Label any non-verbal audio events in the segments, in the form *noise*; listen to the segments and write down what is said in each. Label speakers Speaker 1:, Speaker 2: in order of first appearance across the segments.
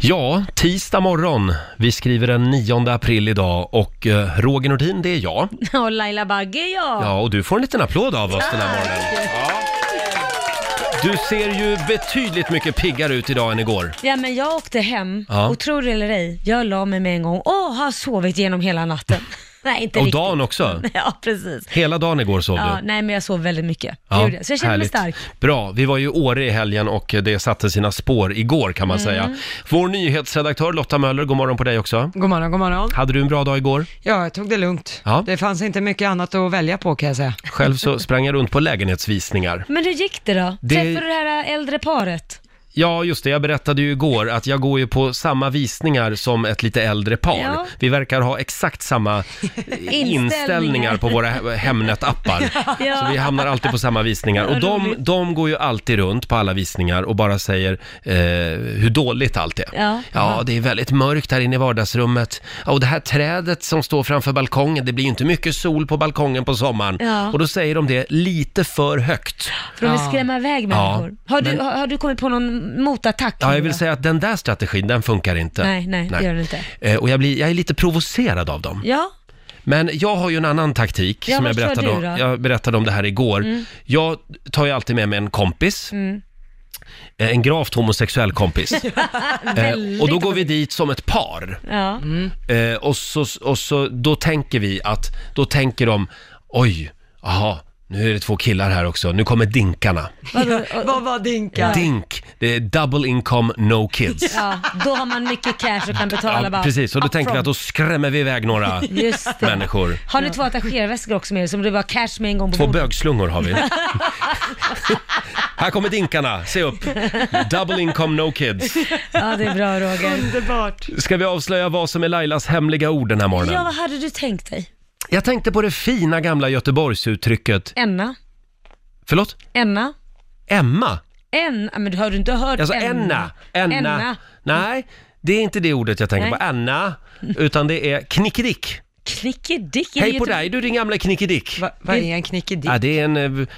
Speaker 1: Ja, tisdag morgon. Vi skriver den 9 april idag och eh, Roger Nordin, det är jag.
Speaker 2: *laughs* Och Laila Bagge, ja.
Speaker 1: Ja, och du får en liten applåd av oss den här morgonen. Du ser ju betydligt mycket piggare ut idag än igår.
Speaker 2: Ja, men jag åkte hem
Speaker 1: Ja.
Speaker 2: och tror det eller ej, jag la mig med en gång och har sovit genom
Speaker 1: *laughs*
Speaker 2: hela natten. nej, inte
Speaker 1: Och
Speaker 2: riktigt.
Speaker 1: dagen
Speaker 3: *laughs*
Speaker 1: också.
Speaker 2: *laughs* Ja, precis.
Speaker 1: Hela dagen igår sov
Speaker 2: Ja,
Speaker 1: du.
Speaker 2: nej, men jag sov väldigt mycket. Det gjorde jag. Så jag känner mig stark.
Speaker 1: Bra, vi var ju i Åre i helgen och det satte sina spår igår kan man
Speaker 3: Mm.
Speaker 1: säga. Vår nyhetsredaktör Lotta Möller, god morgon på dig också.
Speaker 3: God morgon, god morgon.
Speaker 1: Hade du en bra dag igår?
Speaker 3: Ja, jag tog det lugnt.
Speaker 1: Ja.
Speaker 3: Det fanns inte mycket annat att välja på kan jag säga.
Speaker 1: Själv
Speaker 3: *laughs*
Speaker 1: så sprang jag runt på lägenhetsvisningar.
Speaker 2: Men hur gick det då?
Speaker 1: Det-
Speaker 2: Träffade du det här
Speaker 1: *laughs*
Speaker 2: äldre paret?
Speaker 1: Ja, just det. Jag berättade ju igår att jag går ju på samma visningar som ett lite äldre par.
Speaker 2: Ja.
Speaker 1: Vi verkar ha exakt
Speaker 2: *laughs*
Speaker 1: samma inställningar på våra he-
Speaker 2: *laughs*
Speaker 1: Hemnet-appar.
Speaker 2: Ja.
Speaker 1: Så vi hamnar alltid på samma visningar. Och de, de går ju alltid runt på alla visningar och bara säger eh, hur dåligt allt är.
Speaker 2: Ja.
Speaker 1: Ja, det är väldigt mörkt här inne i vardagsrummet. Ja, och det här trädet som står framför balkongen, det blir ju inte mycket sol på balkongen på sommaren.
Speaker 2: Ja.
Speaker 1: Och då säger de det lite för högt.
Speaker 2: För de vill skrämma iväg
Speaker 1: Ja,
Speaker 2: människor. Har, du,
Speaker 1: men-
Speaker 2: har, har du kommit på någon motattack?
Speaker 1: Ja, jag
Speaker 2: nu
Speaker 1: vill
Speaker 2: då?
Speaker 1: säga att den där strategin, den funkar inte.
Speaker 2: Nej, nej, det gör den inte.
Speaker 1: Eh, Och jag, blir, jag är lite provocerad av dem.
Speaker 2: Ja,
Speaker 1: Men jag har ju en annan taktik
Speaker 2: Ja,
Speaker 1: som
Speaker 2: vad
Speaker 1: jag
Speaker 2: kör
Speaker 1: berättade,
Speaker 2: du
Speaker 1: om,
Speaker 2: då?
Speaker 1: jag berättade om det här igår.
Speaker 2: Mm.
Speaker 1: Jag tar ju alltid med mig en kompis,
Speaker 2: mm.
Speaker 1: eh, en gravt homosexuell
Speaker 2: *laughs*
Speaker 1: kompis. eh,
Speaker 2: Väldigt
Speaker 1: och då går vi dit som ett par.
Speaker 2: Ja.
Speaker 3: Mm.
Speaker 1: Eh, och så, och så, då tänker vi att, då tänker de, oj, aha, nu är det två killar här också, nu kommer dinkarna.
Speaker 3: *laughs* Vad var dinka?
Speaker 1: Dink, det är double income, no kids.
Speaker 2: ja, då har man mycket cash och kan betala
Speaker 1: Ja,
Speaker 2: bara
Speaker 1: precis, och då tänker vi att
Speaker 2: upfront.
Speaker 1: då skrämmer vi iväg några
Speaker 2: *laughs* Just det.
Speaker 1: människor.
Speaker 2: Har ni två attachéväskor också med er som det var cash med en gång på
Speaker 1: Två
Speaker 2: bordet?
Speaker 1: bögslungor
Speaker 2: *laughs*
Speaker 1: har vi. Här kommer dinkarna, se upp. Double income, no kids.
Speaker 2: Ja, det är bra Roger.
Speaker 3: Underbart.
Speaker 1: Ska vi avslöja vad som är Lailas hemliga ord den här
Speaker 2: Ja,
Speaker 1: morgonen?
Speaker 2: vad hade du tänkt dig?
Speaker 1: Jag tänkte på det fina gamla Göteborgsuttrycket,
Speaker 2: Enna?
Speaker 1: förlåt,
Speaker 2: Enna?
Speaker 1: Emma.
Speaker 2: En? ja, Men har du inte hört
Speaker 1: Alltså
Speaker 2: Enna?
Speaker 1: Enna. Enna. Nej, det är inte det ordet jag tänker på,
Speaker 2: Nej.
Speaker 1: Anna, utan det är knickedick.
Speaker 2: Knickedick? är det
Speaker 1: Hej på
Speaker 2: Göte-
Speaker 1: dig du din gamla knickedick.
Speaker 3: Va, vad är en knickedick?
Speaker 1: Ja, det är en... eh,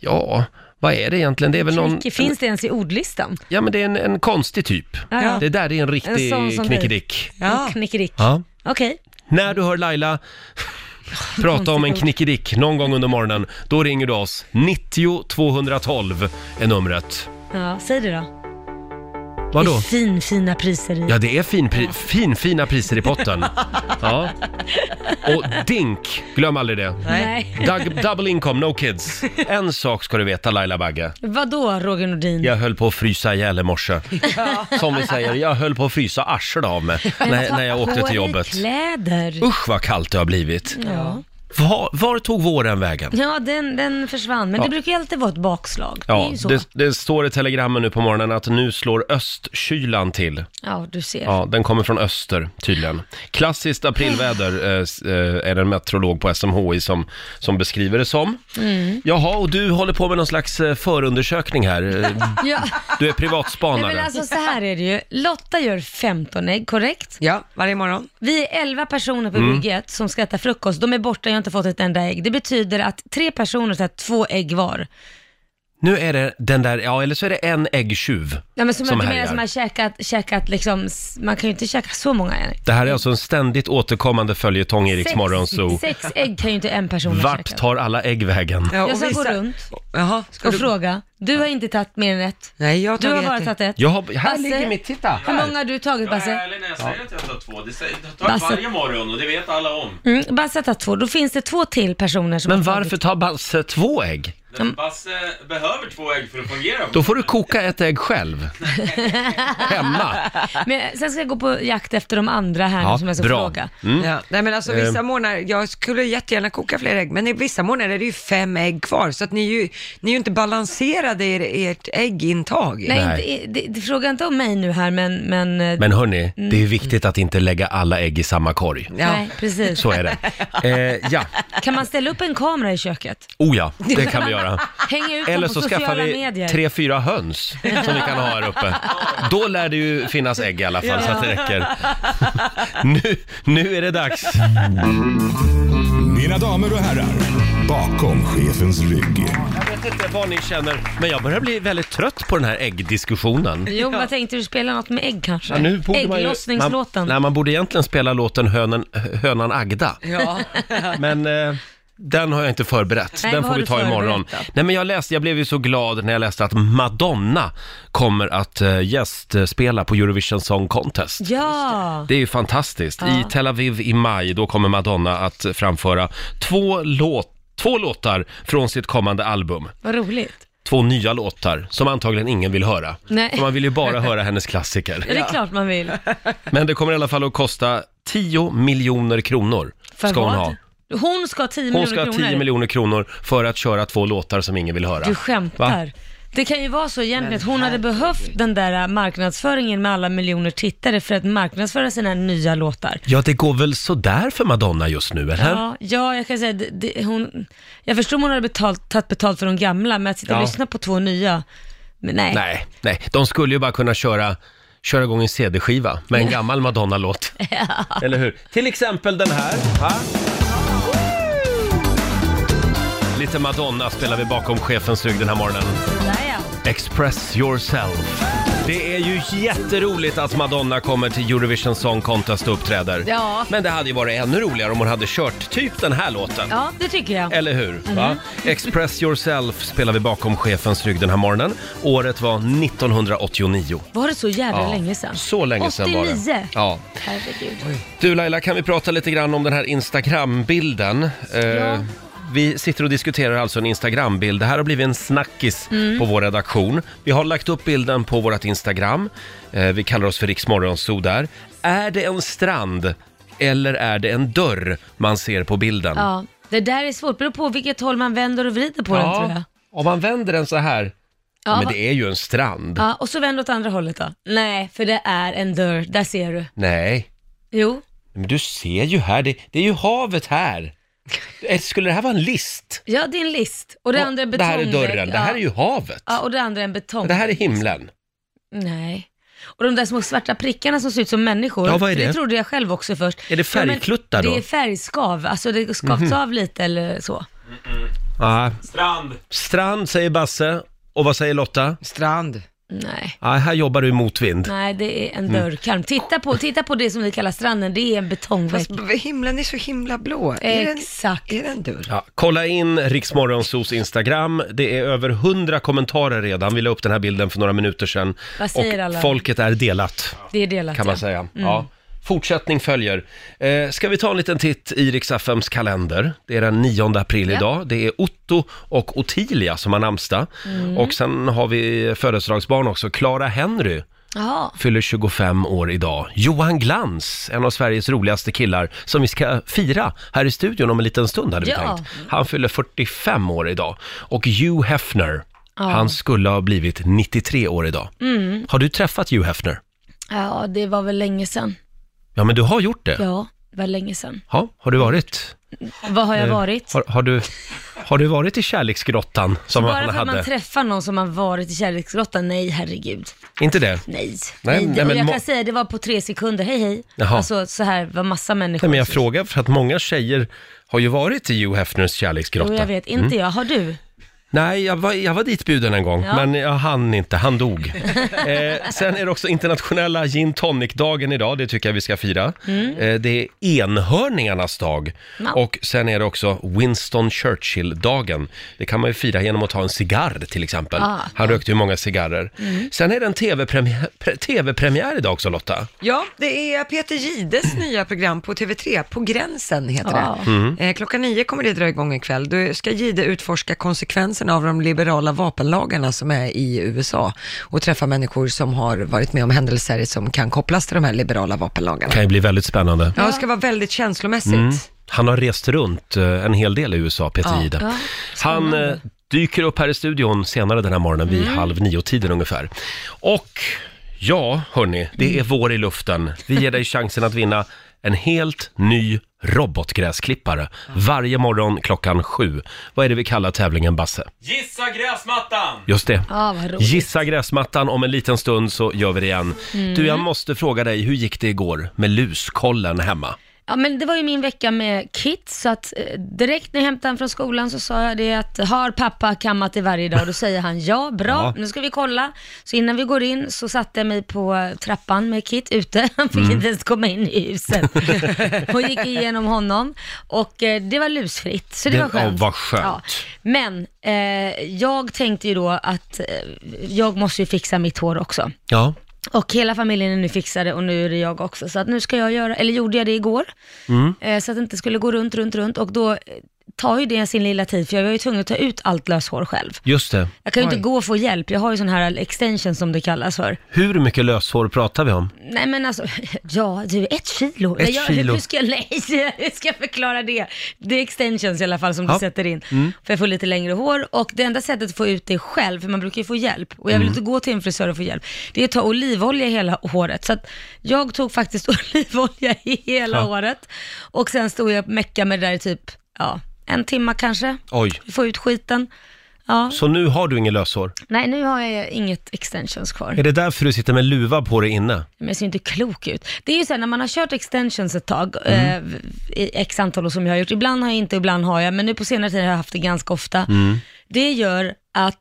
Speaker 1: Ja, vad är det egentligen? Det är väl någon...
Speaker 2: Knicke, finns det ens i ordlistan?
Speaker 1: Ja, men det är en, en konstig typ.
Speaker 2: Ja, ja.
Speaker 1: Det där är en riktig
Speaker 2: En sån som dig.
Speaker 1: knickedick.
Speaker 3: Ja.
Speaker 2: En Knickedick.
Speaker 1: Ja.
Speaker 2: Okej.
Speaker 1: När du hör
Speaker 2: *laughs*
Speaker 1: Laila prata om en knickedick någon gång under morgonen, då ringer du oss. 90 212 är numret.
Speaker 2: Ja, säg det då. Det
Speaker 1: Vadå?
Speaker 2: är fin, fina priser i.
Speaker 1: Ja, det är fin, pri- fin, fina priser i potten. Ja. Och dink, glöm aldrig det.
Speaker 2: Nej.
Speaker 1: Doug, double income, no kids. En sak ska du veta Laila Bagge.
Speaker 2: *laughs* Vadå Roger Nordin?
Speaker 1: Jag höll på att frysa ihjäl i morse. Som vi säger,
Speaker 2: *laughs*
Speaker 1: jag höll på att frysa arslet av mig när, när jag åkte till
Speaker 2: på dig
Speaker 1: jobbet.
Speaker 2: kläder.
Speaker 1: Usch vad kallt det har blivit.
Speaker 2: Ja,
Speaker 1: Var, var tog våren vägen?
Speaker 2: ja den, den försvann. Men
Speaker 1: Ja.
Speaker 2: det brukar ju alltid vara ett bakslag. det är
Speaker 1: Ja,
Speaker 2: ju så.
Speaker 1: det, det står i telegrammen nu på morgonen att nu slår östkylan till.
Speaker 2: Ja, du ser.
Speaker 1: Ja, den kommer från öster tydligen. Klassiskt aprilväder eh, s- eh, är det en meteorolog på SMHI som, som beskriver det som.
Speaker 2: Mm.
Speaker 1: Jaha, och du håller på med någon slags eh, förundersökning här. Eh,
Speaker 2: Ja.
Speaker 1: *laughs* Du är
Speaker 2: Nej,
Speaker 1: privatspanare.
Speaker 2: men alltså så här är det ju. Lotta gör 15 ägg, korrekt?
Speaker 3: Ja, varje morgon.
Speaker 2: Vi är 11 personer på
Speaker 1: Mm.
Speaker 2: bygget som ska äta frukost. De är borta, jag har inte fått ett enda ägg. Det betyder att tre personer tar två ägg var.
Speaker 1: Nu är det den där, ja eller så är det en äggtjuv
Speaker 2: Ja, men som, som, jag menar,
Speaker 1: härjar.
Speaker 2: som har käkat, käkat liksom, s- man kan ju inte käka så många ägg.
Speaker 1: Det här är alltså en ständigt återkommande följetong i Rix
Speaker 2: Sex-
Speaker 1: Morgonzoo.
Speaker 2: Sex ägg kan ju inte en person ha
Speaker 1: Vart
Speaker 2: käkat.
Speaker 1: tar alla ägg vägen?
Speaker 3: Ja,
Speaker 2: Jag ska gå
Speaker 3: vissa-
Speaker 2: runt
Speaker 3: Jaha, ska
Speaker 2: och
Speaker 3: du...
Speaker 2: fråga. Du har inte tagit mer än ett.
Speaker 3: Nej, jag har
Speaker 2: Du har
Speaker 3: tagit
Speaker 2: bara
Speaker 3: ett.
Speaker 2: tagit ett.
Speaker 1: Jag har, här
Speaker 2: Basse,
Speaker 1: ligger mitt, titta!
Speaker 2: Hur
Speaker 1: Här.
Speaker 2: många har du tagit
Speaker 4: Jag är
Speaker 2: Basse?
Speaker 4: ärlig när jag säger att jag tar två. Det säger- jag tar
Speaker 2: Basse.
Speaker 4: varje morgon och det vet alla om.
Speaker 2: Mm, Basse har tagit två. Då finns det två till personer som
Speaker 1: Men
Speaker 2: har tagit-
Speaker 1: varför tar Basse två ägg?
Speaker 3: Mm.
Speaker 4: Men Basse behöver två ägg för att fungera.
Speaker 1: Då får du koka ett ägg själv. *laughs* Hemma.
Speaker 2: Men sen ska jag gå på jakt efter de andra här
Speaker 1: Ja,
Speaker 2: nu som jag ska
Speaker 1: bra.
Speaker 2: fråga.
Speaker 1: Mm.
Speaker 3: Ja, nej men alltså vissa morgnar, jag skulle jättegärna koka fler ägg, men i vissa morgnar är det ju fem ägg kvar, så att ni är ju, ni är ju inte balanserade i ert äggintag.
Speaker 2: Nej,
Speaker 1: Nej.
Speaker 2: Inte, Eh, det, det, fråga inte om mig nu här, men... men, eh,
Speaker 1: Men hörni, det är viktigt att inte lägga alla ägg i samma korg.
Speaker 3: Ja.
Speaker 2: Nej, precis.
Speaker 1: Så är det. Eh, ja,
Speaker 2: Kan man ställa upp en kamera i köket?
Speaker 1: oh ja, det kan vi *laughs* göra.
Speaker 2: Hänga ut
Speaker 1: Eller
Speaker 2: dem på
Speaker 1: så
Speaker 2: sociala
Speaker 1: skaffar vi
Speaker 2: medier?
Speaker 1: tre, fyra höns som vi kan ha här uppe. Då lär det ju finnas ägg i alla fall så att det räcker. Nu, nu är det dags.
Speaker 5: Mina damer och herrar, bakom chefens rygg.
Speaker 1: inte vad ni känner, men jag börjar bli väldigt trött på den här äggdiskussionen.
Speaker 2: Jo, vad tänkte du? Spela något med ägg kanske?
Speaker 1: Ja, nu borde man ju-
Speaker 2: Ägglossningslåten.
Speaker 1: Man, nej, man borde egentligen spela låten Hönan, Hönan Agda.
Speaker 3: Ja.
Speaker 1: Men eh, den har jag inte förberett.
Speaker 2: Nej,
Speaker 1: den
Speaker 2: vad
Speaker 1: får
Speaker 2: har
Speaker 1: vi
Speaker 2: du
Speaker 1: ta imorgon.
Speaker 2: förberett då?
Speaker 1: Nej, men jag, läste, jag blev ju så glad när jag läste att Madonna kommer att eh, gästspela på Eurovision Song Contest.
Speaker 2: ja,
Speaker 1: Det är ju fantastiskt. I Tel Aviv i maj, då kommer Madonna att framföra två, låt, två låtar från sitt kommande album.
Speaker 2: vad roligt.
Speaker 1: Två nya låtar som antagligen ingen vill höra.
Speaker 2: Nej.
Speaker 1: För man vill ju bara höra
Speaker 2: *laughs*
Speaker 1: hennes klassiker.
Speaker 2: Ja. Det är klart man vill.
Speaker 1: Men det kommer i alla fall att kosta 10 miljoner kronor.
Speaker 2: För
Speaker 1: ska hon
Speaker 2: vad?
Speaker 1: ha.
Speaker 2: Hon ska ha 10
Speaker 1: Hon
Speaker 2: miljoner
Speaker 1: ska ha
Speaker 2: kronor.
Speaker 1: 10 miljoner kronor för att köra två låtar som ingen vill höra.
Speaker 2: Du
Speaker 1: Va?
Speaker 2: skämtar. Det kan ju vara så egentligen att hon hade behövt den där marknadsföringen med alla miljoner tittare för att marknadsföra sina nya låtar.
Speaker 1: Ja, det går väl sådär för Madonna just nu, eller?
Speaker 2: Ja, ja jag kan säga det, det, hon, Jag förstår om hon hade betalt, tagit betalt för de gamla, men att sitta och
Speaker 1: Ja.
Speaker 2: lyssna på två nya, men nej.
Speaker 1: Nej, nej. De skulle ju bara kunna köra, köra igång en CD-skiva med en gammal
Speaker 2: *laughs*
Speaker 1: Madonna-låt. Eller hur? Till exempel den här. Va? Lite Madonna spelar vi bakom chefens rygg den här morgonen.
Speaker 2: Där ja.
Speaker 1: Express yourself. Det är ju jätteroligt att Madonna kommer till Eurovision Song Contest och uppträder.
Speaker 2: Ja.
Speaker 1: Men det hade ju varit ännu roligare om hon hade kört typ den här låten.
Speaker 2: ja, Mhm. det tycker jag.
Speaker 1: Eller hur? Va? Express yourself spelar vi bakom chefens rygg den här morgonen. Året var 1989.
Speaker 2: Var det så jävla
Speaker 1: Ja,
Speaker 2: länge sedan?
Speaker 1: Så länge sedan var det.
Speaker 2: 89.
Speaker 1: Ja.
Speaker 2: Herregud.
Speaker 1: Du Laila, kan vi prata lite grann om den här Instagram-bilden? Eh, Vi sitter och diskuterar alltså en Instagram-bild. Det här har blivit en snackis
Speaker 2: Mm.
Speaker 1: på vår redaktion. Vi har lagt upp bilden på vårt Instagram. Eh, vi kallar oss för Riksmorgonzoo där. Är det en strand eller är det en dörr man ser på bilden?
Speaker 2: Ja, det där är svårt. Beror på vilket håll man vänder och vrider på den tror jag.
Speaker 1: Om man vänder den så här, ja, men
Speaker 2: va-
Speaker 1: det är ju en strand.
Speaker 2: ja, och så vänd åt andra hållet då. Nej, för det är en dörr. Där ser du.
Speaker 1: Nej,
Speaker 2: Jo.
Speaker 1: men du ser ju här, det, det är ju havet här. Eh, Skulle det här vara en list?
Speaker 2: Ja, det är en list. Och det andra är
Speaker 1: Det
Speaker 2: betongvägg.
Speaker 1: här är dörren, det här är ju havet.
Speaker 2: Ja, och det andra är en betong.
Speaker 1: Det här är himlen.
Speaker 2: Nej. Och de där små svarta prickarna som ser ut som människor.
Speaker 1: Ja, vad är
Speaker 2: för
Speaker 1: det?
Speaker 2: Det trodde jag själv också först.
Speaker 1: Är det
Speaker 2: Ja, men
Speaker 1: färgkluttar då? Mhm.
Speaker 2: Det är färgskav. Alltså det skavs av lite eller så.
Speaker 1: Ja.
Speaker 4: Strand.
Speaker 1: Strand säger Basse, och vad säger Lotta?
Speaker 3: Strand.
Speaker 2: Nej.
Speaker 1: Ja, här jobbar du i motvind.
Speaker 2: Nej, det är en
Speaker 1: Mm.
Speaker 2: dörrkarm. Titta på, titta på det som vi kallar stranden. Det är en betongvägg.
Speaker 3: Fast himlen är så himla blå. Är det en-
Speaker 2: Eh, Exakt.
Speaker 3: Är det en dörr?
Speaker 1: Ja, kolla in Riksmorgonsos Instagram. Det är över hundra kommentarer redan. Vi la upp den här bilden för några minuter sedan.
Speaker 2: Vad säger
Speaker 1: och
Speaker 2: alla?
Speaker 1: folket är delat.
Speaker 2: Det är delat.
Speaker 1: kan man
Speaker 2: ja. Mm.
Speaker 1: säga. Ja. Fortsättning följer. Eh, ska vi ta en liten titt i Riks-FMs kalender? Det är den 9 april
Speaker 2: Ja.
Speaker 1: idag. Det är Otto och Ottilia som har namnsdag.
Speaker 2: Mm.
Speaker 1: Och sen har vi födelsedagsbarn också. Clara Henry
Speaker 2: Jaha.
Speaker 1: fyller 25 år idag. Johan Glans, en av Sveriges roligaste killar, som vi ska fira här i studion om en liten stund hade vi
Speaker 2: Ja.
Speaker 1: tänkt. Han fyller 45 år idag. Och Hugh Hefner, han skulle ha blivit 93 år idag.
Speaker 2: Mm.
Speaker 1: Har du träffat Hugh Hefner?
Speaker 2: Ja, det var väl länge sedan.
Speaker 1: Ja, men du har gjort det.
Speaker 2: Ja, det var länge sedan.
Speaker 1: Ja, har du varit?
Speaker 2: Vad
Speaker 1: Eh,
Speaker 2: har jag varit?
Speaker 1: Har, har, du, har du varit i kärleksgrottan som
Speaker 2: Bara
Speaker 1: han
Speaker 2: för att
Speaker 1: hade?
Speaker 2: man träffar någon som har varit i kärleksgrottan, nej herregud.
Speaker 1: Inte det? Nej,
Speaker 2: Nej. nej,
Speaker 1: nej,
Speaker 2: och
Speaker 1: men
Speaker 2: jag
Speaker 1: må-
Speaker 2: kan säga det var på tre sekunder, hej hej.
Speaker 1: Jaha.
Speaker 2: Alltså så här var massa människor.
Speaker 1: Nej, men jag
Speaker 2: som-
Speaker 1: frågar för att många tjejer har ju varit i Hugh Hefners
Speaker 2: Jo,
Speaker 1: kärleksgrotta.
Speaker 2: jag vet, inte
Speaker 1: Mm.
Speaker 2: jag. Har du?
Speaker 1: Nej, jag var, jag var ditbjuden en gång,
Speaker 2: Ja.
Speaker 1: men jag hann inte. Han
Speaker 2: *laughs*
Speaker 1: dog. eh, sen är det också internationella gin tonic-dagen idag. Det tycker jag vi ska fira. Eh, det är enhörningarnas dag.
Speaker 2: Mm. Ja.
Speaker 1: Och sen är det också Winston Churchill-dagen. Det kan man ju fira genom att ta en cigarr till exempel.
Speaker 2: Ah. Mm.
Speaker 1: Han rökte ju många cigarrer. Sen är det en TV-premiär, pre- TV-premiär idag också Lotta.
Speaker 3: Ja, det är Peter Gides nya program på TV3, På gränsen heter
Speaker 2: Ja. Mm.
Speaker 3: det. Eh, klockan nio kommer det dra igång ikväll. Då ska Gide utforska konsekvenserna av de liberala vapenlagarna som är i USA och träffa människor som har varit med om händelser som kan kopplas till de här liberala vapenlagarna.
Speaker 1: Kan ju bli väldigt spännande. Mm.
Speaker 3: Ja, det ska vara väldigt känslomässigt.
Speaker 1: Han har rest runt eh, en hel del i USA, Peter
Speaker 3: Ja.
Speaker 1: Jihde.
Speaker 2: Ja,
Speaker 1: Han
Speaker 2: spännande. Mm.
Speaker 1: eh, dyker upp här i studion senare den här morgonen vid halv nio-tiden ungefär. Och ja, hörni, det är
Speaker 2: Mm.
Speaker 1: vår i luften. Vi ger dig chansen att vinna en helt ny robotgräsklippare varje morgon klockan sju. Vad är det vi kallar tävlingen, Basse?
Speaker 4: Gissa gräsmattan.
Speaker 1: Just det.
Speaker 2: Ja, vad roligt.
Speaker 1: Gissa gräsmattan, om en liten
Speaker 2: Mm.
Speaker 1: stund så gör vi det igen. Du, jag måste fråga dig, hur gick det igår med luskollen hemma?
Speaker 2: Ja, men det var ju min vecka med Kit, så att eh, direkt när jag hämtade honom från skolan så sa jag det att har pappa kammat dig varje dag? Och då säger han ja, bra,
Speaker 1: Ja.
Speaker 2: nu ska vi kolla. Så innan vi går in så satte jag mig på eh, trappan med Kit ute, *laughs* han
Speaker 1: Mm.
Speaker 2: fick inte ens komma in i huset. *laughs* och gick igenom honom och eh, det var lusfritt, så det,
Speaker 1: Det-
Speaker 2: var skönt.
Speaker 1: ja, vad skönt.
Speaker 2: Men eh, jag tänkte ju då att eh, jag måste ju fixa mitt hår också.
Speaker 1: Ja.
Speaker 2: Och hela familjen är nu fixade och nu är det jag också. Så att nu ska jag göra, eller gjorde jag det igår,
Speaker 1: Mm.
Speaker 2: eh, så att det inte skulle gå runt, runt, runt. Och då eh, tar ju det sin lilla tid, för jag var ju tvungen att ta ut allt löshår själv.
Speaker 1: Just det.
Speaker 2: Jag kan ju
Speaker 3: Oj.
Speaker 2: inte gå och få hjälp, jag har ju sån här extension som det kallas för.
Speaker 1: Hur mycket löshår pratar vi om?
Speaker 2: Nej men alltså, *laughs* ja du, ett kilo.
Speaker 1: Ett
Speaker 2: jag,
Speaker 1: kilo.
Speaker 2: Hur ska jag, *laughs* nej, hur ska jag förklara det? Det är extensions i alla fall som
Speaker 1: Ja. Mm.
Speaker 2: du sätter in. För jag får lite längre hår och det enda sättet att få ut det själv, för man brukar ju få hjälp, och jag
Speaker 1: Mm.
Speaker 2: vill inte gå till en frisör och få hjälp, det är att ta olivolja i hela håret. Så att jag tog faktiskt *laughs* olivolja i hela
Speaker 1: Ja.
Speaker 2: håret och sen stod jag och meckade med det där i typ, ja, en timma kanske.
Speaker 1: Oj.
Speaker 2: Få ut skiten. Ja,
Speaker 1: Så nu har du ingen löshår.
Speaker 2: nej nu har jag inget extensions kvar.
Speaker 1: Är det därför du sitter med luva på dig inne?
Speaker 2: Men jag ser inte klok ut. Det är ju så här, när man har kört extensions ett tag,
Speaker 1: Mm.
Speaker 2: eh, i x antal år som jag har gjort, ibland har jag inte, ibland har jag, men nu på senare tid har jag haft det ganska ofta.
Speaker 1: Mm.
Speaker 2: Det gör att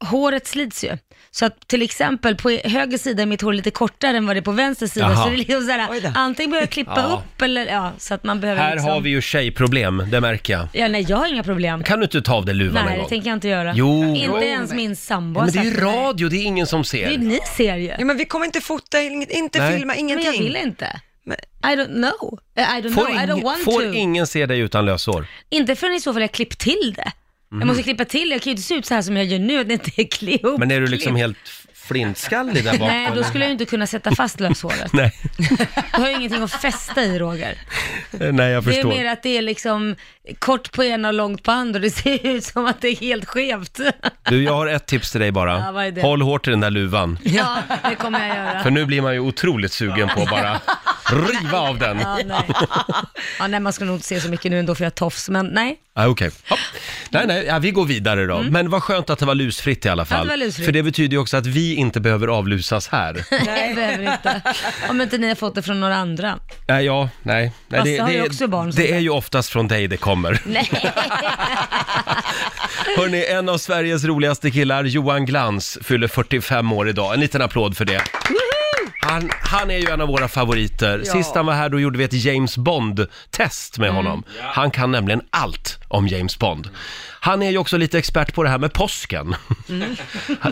Speaker 2: håret slits ju. Så att till exempel på höger sida är mitt hår lite kortare än vad det är på vänster sida,
Speaker 1: Jaha.
Speaker 2: så det är liksom så
Speaker 3: Oj
Speaker 2: här,
Speaker 3: då.
Speaker 2: antingen behöver jag klippa
Speaker 1: Ja.
Speaker 2: upp eller ja, så att man behöver
Speaker 1: Här
Speaker 2: liksom...
Speaker 1: har vi ju tjejproblem, det märker jag.
Speaker 2: Ja, nej, jag har inga problem.
Speaker 1: Kan du inte ta av dig luvan en
Speaker 2: Nej, det
Speaker 1: gång?
Speaker 2: tänker jag inte göra.
Speaker 1: Jo.
Speaker 2: Inte
Speaker 1: Jo,
Speaker 2: ens
Speaker 3: men-
Speaker 2: min sambo
Speaker 1: Ja,
Speaker 2: har
Speaker 1: men det är
Speaker 2: sagt
Speaker 1: ju
Speaker 2: till mig.
Speaker 1: radio, det är ingen som
Speaker 2: Det är ju
Speaker 1: ser.
Speaker 2: ni ser ju.
Speaker 3: Ja, men vi kommer inte fota, in- inte
Speaker 1: Nej.
Speaker 3: filma,
Speaker 2: Men
Speaker 3: ingenting.
Speaker 2: jag vill inte.
Speaker 3: Men-
Speaker 2: I don't know. Eh, I don't
Speaker 1: Får,
Speaker 2: know, I don't
Speaker 1: ing-
Speaker 2: want
Speaker 1: får
Speaker 2: to.
Speaker 1: ingen se dig utan löshår?
Speaker 2: Inte förrän i så fall jag klippt till det. Jag måste klippa till det, jag kan ju inte se ut så här som jag gör nu, att det inte är klipp.
Speaker 1: Mhm. Men är du liksom helt f- flintskallig där bakom?
Speaker 2: Nej, då skulle jag ju inte kunna sätta fast
Speaker 1: *laughs*
Speaker 2: löshåret.
Speaker 1: Nej,
Speaker 2: Du har ju ingenting att fästa i Roger.
Speaker 1: nej jag
Speaker 2: Det är
Speaker 1: förstår.
Speaker 2: mer att det är liksom kort på ena och långt på andra och det ser ut som att det är helt skevt.
Speaker 1: Du, jag har ett tips till dig bara.
Speaker 2: Ja, vad är det?
Speaker 1: Håll hårt i den där luvan.
Speaker 2: Ja, det kommer jag göra.
Speaker 1: För nu blir man ju otroligt sugen på att
Speaker 2: *laughs*
Speaker 1: bara riva av den.
Speaker 2: Ja, nej. Ja, nej, man ska nog inte se så mycket nu ändå för jag har tofs, men nej.
Speaker 1: Ah, Okej. Hopp. Nej, nej, ja, vi går vidare då. Men vad skönt att det var lusfritt i alla fall.
Speaker 2: var lusfritt.
Speaker 1: För det betyder ju också att vi inte behöver avlusas här.
Speaker 2: Nej, behöver inte. Om inte ni har fått det från några andra.
Speaker 1: nej, ja, nej. nej
Speaker 2: Fast jag har ju också barn som
Speaker 1: det är
Speaker 2: sagt.
Speaker 1: ju oftast från dig det kommer.
Speaker 2: *laughs* Nej.
Speaker 1: *laughs* Hörni, en av Sveriges roligaste killar, Johan Glans, fyller 45 år idag. En liten applåd för det. Han, han är ju en av våra favoriter. Sist han var här då gjorde vi ett James Bond-test
Speaker 2: Mm.
Speaker 1: med honom. Han kan nämligen allt om James Bond. Han är ju också lite expert på det här med påsken.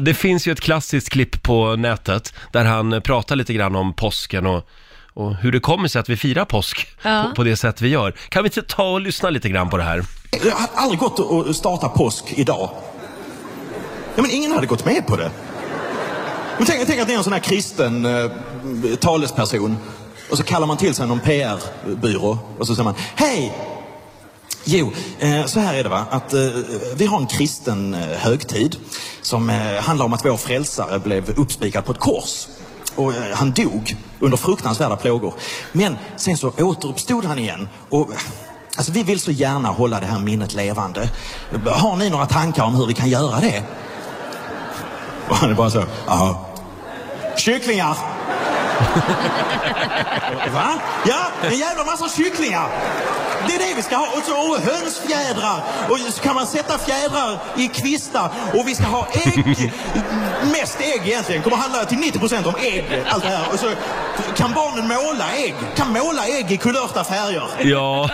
Speaker 1: det finns ju ett klassiskt klipp på nätet där han pratar lite grann om påsken och, och hur det kommer sig att vi firar påsk
Speaker 2: Ja.
Speaker 1: på, på det sätt vi gör. Kan vi inte ta och lyssna lite grann på det här?
Speaker 5: Det hade aldrig gått att starta påsk idag. Ja, men ingen hade gått med på det. Men tänk, tänk att det är en sån här kristen eh, talesperson och så kallar man till sig någon PR-byrå och så säger man Hej! Jo, eh, så här är det va, att eh, vi har en kristen eh, högtid som eh, handlar om att vår frälsare blev uppspikad på ett kors. Och eh, han dog under fruktansvärda plågor. Men sen så återuppstod han igen. Och, eh, alltså, vi vill så gärna hålla det här minnet levande. Har ni några tankar om hur vi kan göra det? Och han är bara så, ja. Kycklingar! Va? Ja, en jävla massa kycklingar! Det är det vi ska ha. Och, så, och hönsfjädrar. Och så kan man sätta fjädrar i kvistar. Och vi ska ha ägg. Mest ägg egentligen. kommer handla till 90% om ägg. Allt det här. Och så kan barnen måla ägg. Kan måla ägg i kulörta färger.
Speaker 2: *laughs*
Speaker 1: Ja,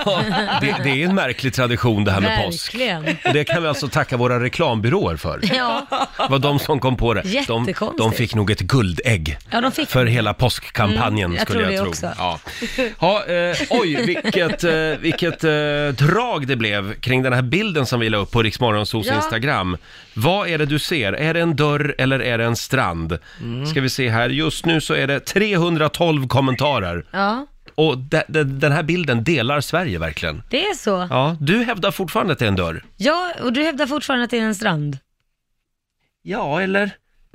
Speaker 1: det, det är en märklig tradition det här med påsk.
Speaker 2: Verkligen.
Speaker 1: Och det kan vi alltså tacka våra reklambyråer för.
Speaker 2: Ja.
Speaker 1: Det var de som kom på det. De,
Speaker 2: Jättekonstigt.
Speaker 1: de fick nog ett guldägg.
Speaker 2: Ja, de fick-
Speaker 1: För hela påskkampanjen
Speaker 2: Mm, jag
Speaker 1: skulle
Speaker 2: tror
Speaker 1: jag tro.
Speaker 2: det
Speaker 1: Ja. Ja,
Speaker 2: också.
Speaker 1: eh, oj, vilket, eh, vilket eh, drag det blev kring den här bilden som vi la upp på Riksmorgonsos
Speaker 2: Ja.
Speaker 1: Instagram. Vad är det du ser? Är det en dörr eller är det en strand?
Speaker 2: Mm.
Speaker 1: Ska vi se här, just nu så är det 312 kommentarer.
Speaker 2: ja,
Speaker 1: Och de, de, den här bilden delar Sverige verkligen.
Speaker 2: det är så.
Speaker 1: Ja, du hävdar fortfarande att det är en dörr.
Speaker 2: Ja, och du hävdar fortfarande att det är en strand.
Speaker 1: Ja, eller?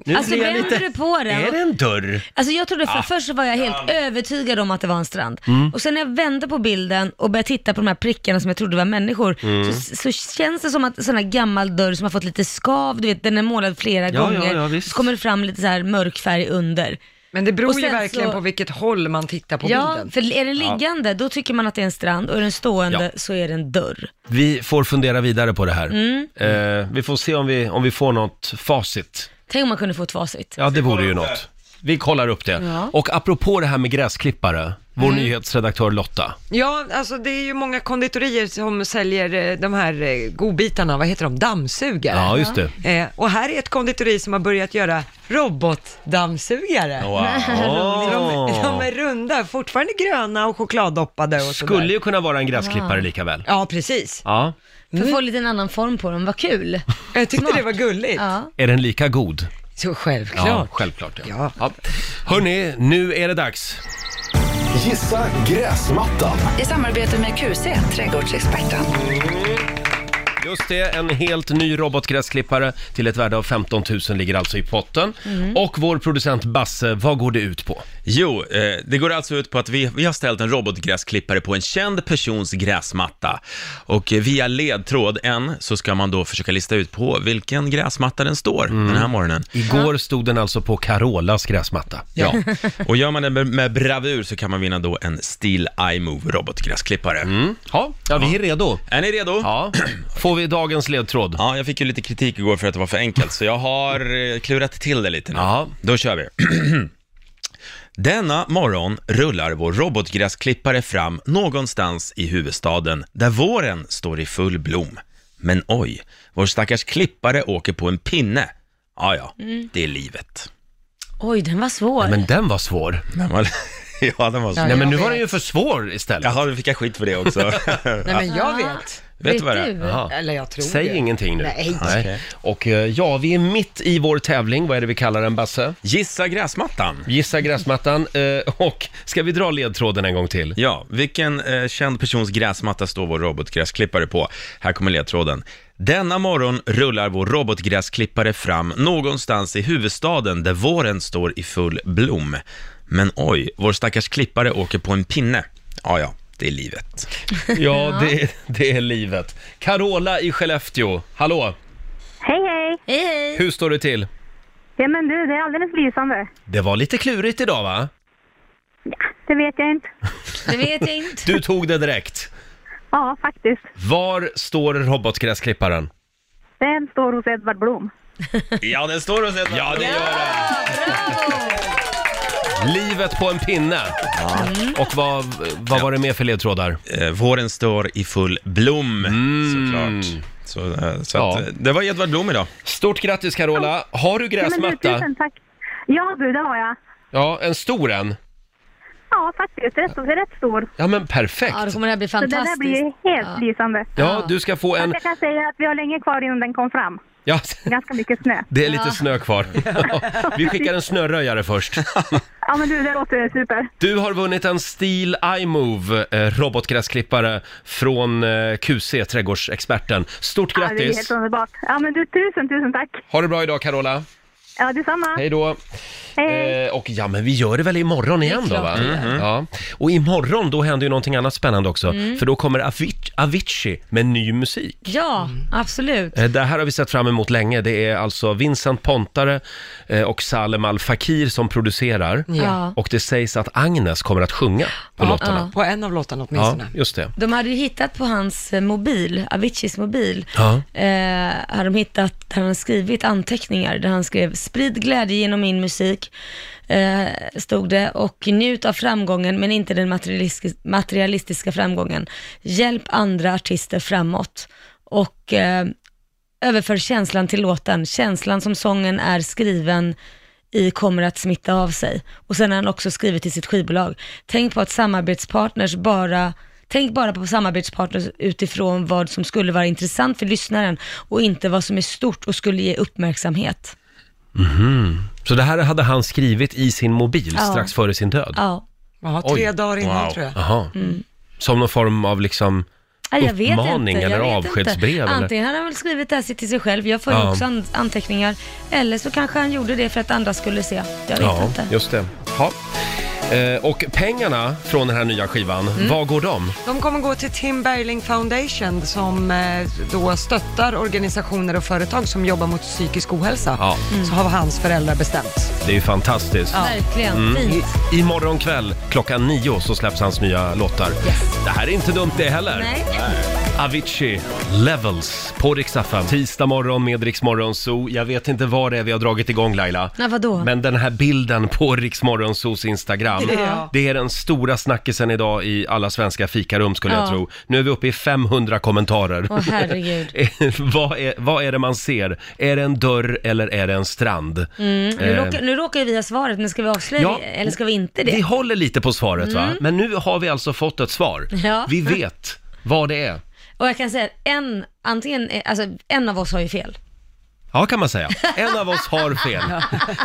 Speaker 1: Nu
Speaker 2: Alltså vänder du på den?
Speaker 1: Är det en dörr?
Speaker 2: Alltså jag trodde,
Speaker 1: Ah.
Speaker 2: för, först så var jag helt övertygad om att det var en strand.
Speaker 1: Mm.
Speaker 2: Och sen när jag vände på bilden och började titta på de här prickarna som jag trodde var människor,
Speaker 1: Mm.
Speaker 2: så, så känns det som att sån här gammal dörr som har fått lite skav, du vet den är målad flera
Speaker 1: Ja, ja,
Speaker 2: gånger,
Speaker 1: ja, visst.
Speaker 2: så kommer det fram lite så här mörk färg under.
Speaker 3: Men det
Speaker 2: Och
Speaker 3: beror ju
Speaker 2: sen
Speaker 3: verkligen
Speaker 2: så-
Speaker 3: på vilket håll man tittar på
Speaker 2: ja,
Speaker 3: bilden.
Speaker 2: för är den liggande då tycker man att det är en strand och är den stående
Speaker 1: Ja.
Speaker 2: så är det en dörr.
Speaker 1: Vi får fundera vidare på det här.
Speaker 2: Mm.
Speaker 1: Eh, vi får se om vi, om vi får något facit.
Speaker 2: Tänk om man kunde få ett facit.
Speaker 1: Ja, det vore ju något. Vi kollar upp det.
Speaker 2: Ja.
Speaker 1: Och apropå det här med gräsklippare, vår
Speaker 3: Mm.
Speaker 1: nyhetsredaktör Lotta.
Speaker 3: Ja, alltså det är ju många konditorier som säljer eh, de här eh, godbitarna, vad heter de, dammsugare.
Speaker 1: Ja, just det.
Speaker 3: Eh, och här är ett konditori som har börjat göra robotdammsugare.
Speaker 1: Wow.
Speaker 3: De, de är runda, fortfarande gröna och chokladdoppade och sådär.
Speaker 1: Skulle ju kunna vara en gräsklippare lika väl.
Speaker 3: Ja, precis. Mm.
Speaker 1: Ja.
Speaker 2: För att få lite en annan form på dem,
Speaker 1: *laughs*
Speaker 2: vad kul.
Speaker 3: Jag tyckte det var gulligt.
Speaker 2: Ja.
Speaker 1: Är den lika god?
Speaker 3: Så
Speaker 1: Ja,
Speaker 3: självklart.
Speaker 1: självklart. Ja.
Speaker 3: Ja.
Speaker 1: Ja. Hörni, nu är det dags.
Speaker 6: Gissa gräsmattan.
Speaker 7: I samarbete med QC, trädgårdsexperten.
Speaker 1: Just det, en helt ny robotgräsklippare till ett värde av 15 000 ligger alltså i potten.
Speaker 3: Mm.
Speaker 1: Och vår producent Basse, vad går det ut på?
Speaker 4: Jo, eh, det går alltså ut på att vi, vi har ställt en robotgräsklippare på en känd persons gräsmatta. Och eh, via ledtråd en så ska man då försöka lista ut på vilken gräsmatta den står den här morgonen.
Speaker 1: Mm. Igår stod den alltså på Carolas gräsmatta.
Speaker 4: Ja, *laughs* och gör man det med, med bravur så kan man vinna då en Steel iMove robotgräsklippare.
Speaker 1: Mm. Ja, ja vi är redo.
Speaker 4: Är ni redo? *clears throat*
Speaker 1: Ja. Får vi dagens ledtråd?
Speaker 4: Ja, jag fick ju lite kritik igår för att det var för enkelt, så jag har eh, klurat till det lite nu.
Speaker 1: Ja.
Speaker 4: Då kör vi. *clears throat* Denna morgon rullar vår robotgräsklippare fram någonstans i huvudstaden, där våren står i full blom. Men oj, vår stackars klippare åker på en pinne. Ja, ja,
Speaker 2: Mm.
Speaker 4: det är livet.
Speaker 2: Oj, den var svår.
Speaker 1: Men den var svår.
Speaker 4: Men man... *laughs* ja, den var så...
Speaker 1: Nej, men
Speaker 3: jag
Speaker 1: nu var
Speaker 3: vet.
Speaker 1: den ju för svår istället.
Speaker 4: Jaha, nu fick jag skit för det också.
Speaker 3: *laughs* Nej, men jag vet.
Speaker 4: Vet du vad det är?
Speaker 1: Jaha.
Speaker 3: Eller jag tror
Speaker 1: Säg
Speaker 3: det.
Speaker 1: ingenting nu.
Speaker 3: Nej.
Speaker 1: Och eh, ja, vi är mitt i vår tävling. Vad är det vi kallar den, Basse?
Speaker 4: Gissa gräsmattan.
Speaker 1: Gissa gräsmattan.
Speaker 3: *laughs*
Speaker 1: Eh, Och ska vi dra ledtråden en gång till?
Speaker 4: Ja, vilken eh, känd persons gräsmatta står vår robotgräsklippare på? Här kommer ledtråden. Denna morgon rullar vår robotgräsklippare fram någonstans i huvudstaden där våren står i full blom. Men oj, vår stackars klippare åker på en pinne. Ja, ja, det är livet.
Speaker 1: Ja, det, det är livet. Carola i Skellefteå, hallå!
Speaker 8: Hej hej!
Speaker 2: Hej, hej.
Speaker 1: Hur står det till?
Speaker 8: Ja men du, det är alldeles lysande.
Speaker 1: Det var lite klurigt idag va?
Speaker 8: Det vet jag inte.
Speaker 2: Det vet jag inte.
Speaker 1: Du tog det direkt.
Speaker 8: *laughs* Ja, faktiskt.
Speaker 1: Var står robotgräsklipparen?
Speaker 8: Den står hos Edvard Blom.
Speaker 4: Ja, den står och säger... Ja, det gör den.
Speaker 1: Livet på en pinne.
Speaker 3: Mm.
Speaker 1: Och vad, vad var det mer för ledtrådar?
Speaker 4: Eh, våren står i full blom, såklart. Så, eh, så att,
Speaker 1: Mm.
Speaker 4: eh,
Speaker 1: Ja.
Speaker 4: det var Edvard Blom idag.
Speaker 1: Stort grattis Carola! Har du
Speaker 8: Ja, men du,
Speaker 1: gräsmatta?
Speaker 8: tusen tack. Ja du, det har jag.
Speaker 1: Ja, en stor en.
Speaker 8: Ja, faktiskt. Rätt, det är rätt stor.
Speaker 1: Ja men
Speaker 2: Ja, då
Speaker 1: perfekt!
Speaker 2: kommer det här bli
Speaker 8: Så det där
Speaker 2: fantastiskt.
Speaker 8: blir helt lysande.
Speaker 1: Ja, du ska få
Speaker 8: Men...
Speaker 1: en...
Speaker 8: Jag kan säga att vi har länge kvar innan den kom fram.
Speaker 1: Ja, *laughs*
Speaker 8: Ganska mycket snö.
Speaker 1: det är lite snö
Speaker 8: *laughs*
Speaker 1: kvar. Vi skickar en snöröjare först.
Speaker 8: Ja men du, det låter super.
Speaker 1: Du har vunnit en Steel iMove eh, robotgräsklippare från eh, QC, trädgårdsexperten. Stort
Speaker 8: Ja, det är
Speaker 1: grattis!
Speaker 8: helt underbart. Ja men du, tusen, tusen tack.
Speaker 1: Ha det bra idag Carola!
Speaker 8: Ja, detsamma.
Speaker 1: Hej då!
Speaker 8: Hej, hej.
Speaker 1: Eh, och ja, men vi gör det väl imorgon igen då
Speaker 2: klart
Speaker 1: va?
Speaker 2: vi
Speaker 8: Mm-hmm.
Speaker 1: Ja. Och imorgon då händer ju någonting annat spännande också,
Speaker 8: Mm.
Speaker 1: för då kommer Avic- Avicii med ny musik.
Speaker 2: Ja, absolut.
Speaker 1: Eh, Det här har vi sett fram emot länge. Det är alltså Vincent Pontare eh, och Salem Al Fakir som producerar.
Speaker 2: Ja.
Speaker 1: Och det sägs att Agnes kommer att sjunga på låtarna.
Speaker 3: På en av låtarna
Speaker 1: Ja,
Speaker 3: åtminstone.
Speaker 1: just det.
Speaker 2: De hade ju hittat på hans eh, mobil, Aviciis mobil,
Speaker 1: Ja.
Speaker 2: eh, hade de hittat där han skrivit anteckningar där han skrev “Sprid glädje genom min musik” eh, stod det och “Njut av framgången men inte den materialistiska, materialistiska framgången. Hjälp andra artister framåt” och eh, överför känslan till låten. Känslan som sången är skriven i kommer att smitta av sig. Och sen har han också skrivit till sitt skivbolag. Tänk på att samarbetspartners bara Tänk bara på samarbetspartners utifrån vad som skulle vara intressant för lyssnaren och inte vad som är stort och skulle ge uppmärksamhet.
Speaker 1: Mhm. Så det här hade han skrivit i sin mobil
Speaker 2: Ja.
Speaker 1: strax före sin död?
Speaker 2: Ja,
Speaker 3: Jaha, tre
Speaker 1: Oj.
Speaker 3: dagar innan
Speaker 4: Wow.
Speaker 3: tror jag.
Speaker 1: Jaha. Som någon form av liksom...
Speaker 2: Nej, Mm. jag vet
Speaker 1: Uppmaning
Speaker 2: inte.
Speaker 1: eller
Speaker 2: jag vet
Speaker 1: avskedsbrev
Speaker 2: Inte.
Speaker 1: eller?
Speaker 2: Antingen hade han väl skrivit det här till sig själv, jag får ju
Speaker 1: Ja.
Speaker 2: också an- anteckningar, eller så kanske han gjorde det för att andra skulle se. Jag vet
Speaker 1: Ja,
Speaker 2: inte.
Speaker 1: just det. Ja. Eh, och pengarna från den här nya skivan,
Speaker 2: Mm.
Speaker 1: vad går de?
Speaker 3: De kommer gå till Tim Berling Foundation som eh, då stöttar organisationer och företag som jobbar mot psykisk ohälsa.
Speaker 1: Ja.
Speaker 3: Så har hans föräldrar bestämt.
Speaker 1: Det är ju fantastiskt. Mm.
Speaker 2: Verkligen, fint.
Speaker 1: I, imorgon kväll klockan nio så släpps hans nya låtar. Det här är inte dumt det heller.
Speaker 2: Nej.
Speaker 1: Avicii, Levels, på Rix FM. Tisdag morgon med Rix Morgon Zoo. Jag vet inte vad det är vi har dragit igång Laila.
Speaker 2: Nej, vadå?
Speaker 1: Men den här bilden på Rix Morgon Zoos Instagram.
Speaker 3: Ja.
Speaker 1: Det är den stora snackisen idag i alla svenska fikarum skulle jag
Speaker 2: Ja.
Speaker 1: tro. Nu är vi uppe i 500 kommentarer.
Speaker 2: Åh herregud.
Speaker 1: *laughs* vad, är, vad är det man ser? Är det en dörr eller är det en strand?
Speaker 2: Mm. Nu
Speaker 1: Eh,
Speaker 2: råkar, nu råkar ju vi ha svaret, men ska vi avslöja
Speaker 1: Ja.
Speaker 2: det eller ska vi
Speaker 1: Vi
Speaker 2: inte det? Mm.
Speaker 1: håller lite på svaret va? Men nu har vi alltså fått ett svar.
Speaker 2: *laughs* Ja.
Speaker 1: Vi vet vad det är.
Speaker 2: Och jag kan säga att en, antingen, är- alltså, en av oss har ju fel.
Speaker 1: Ja, kan man säga. En av oss har
Speaker 2: *laughs*
Speaker 1: fel.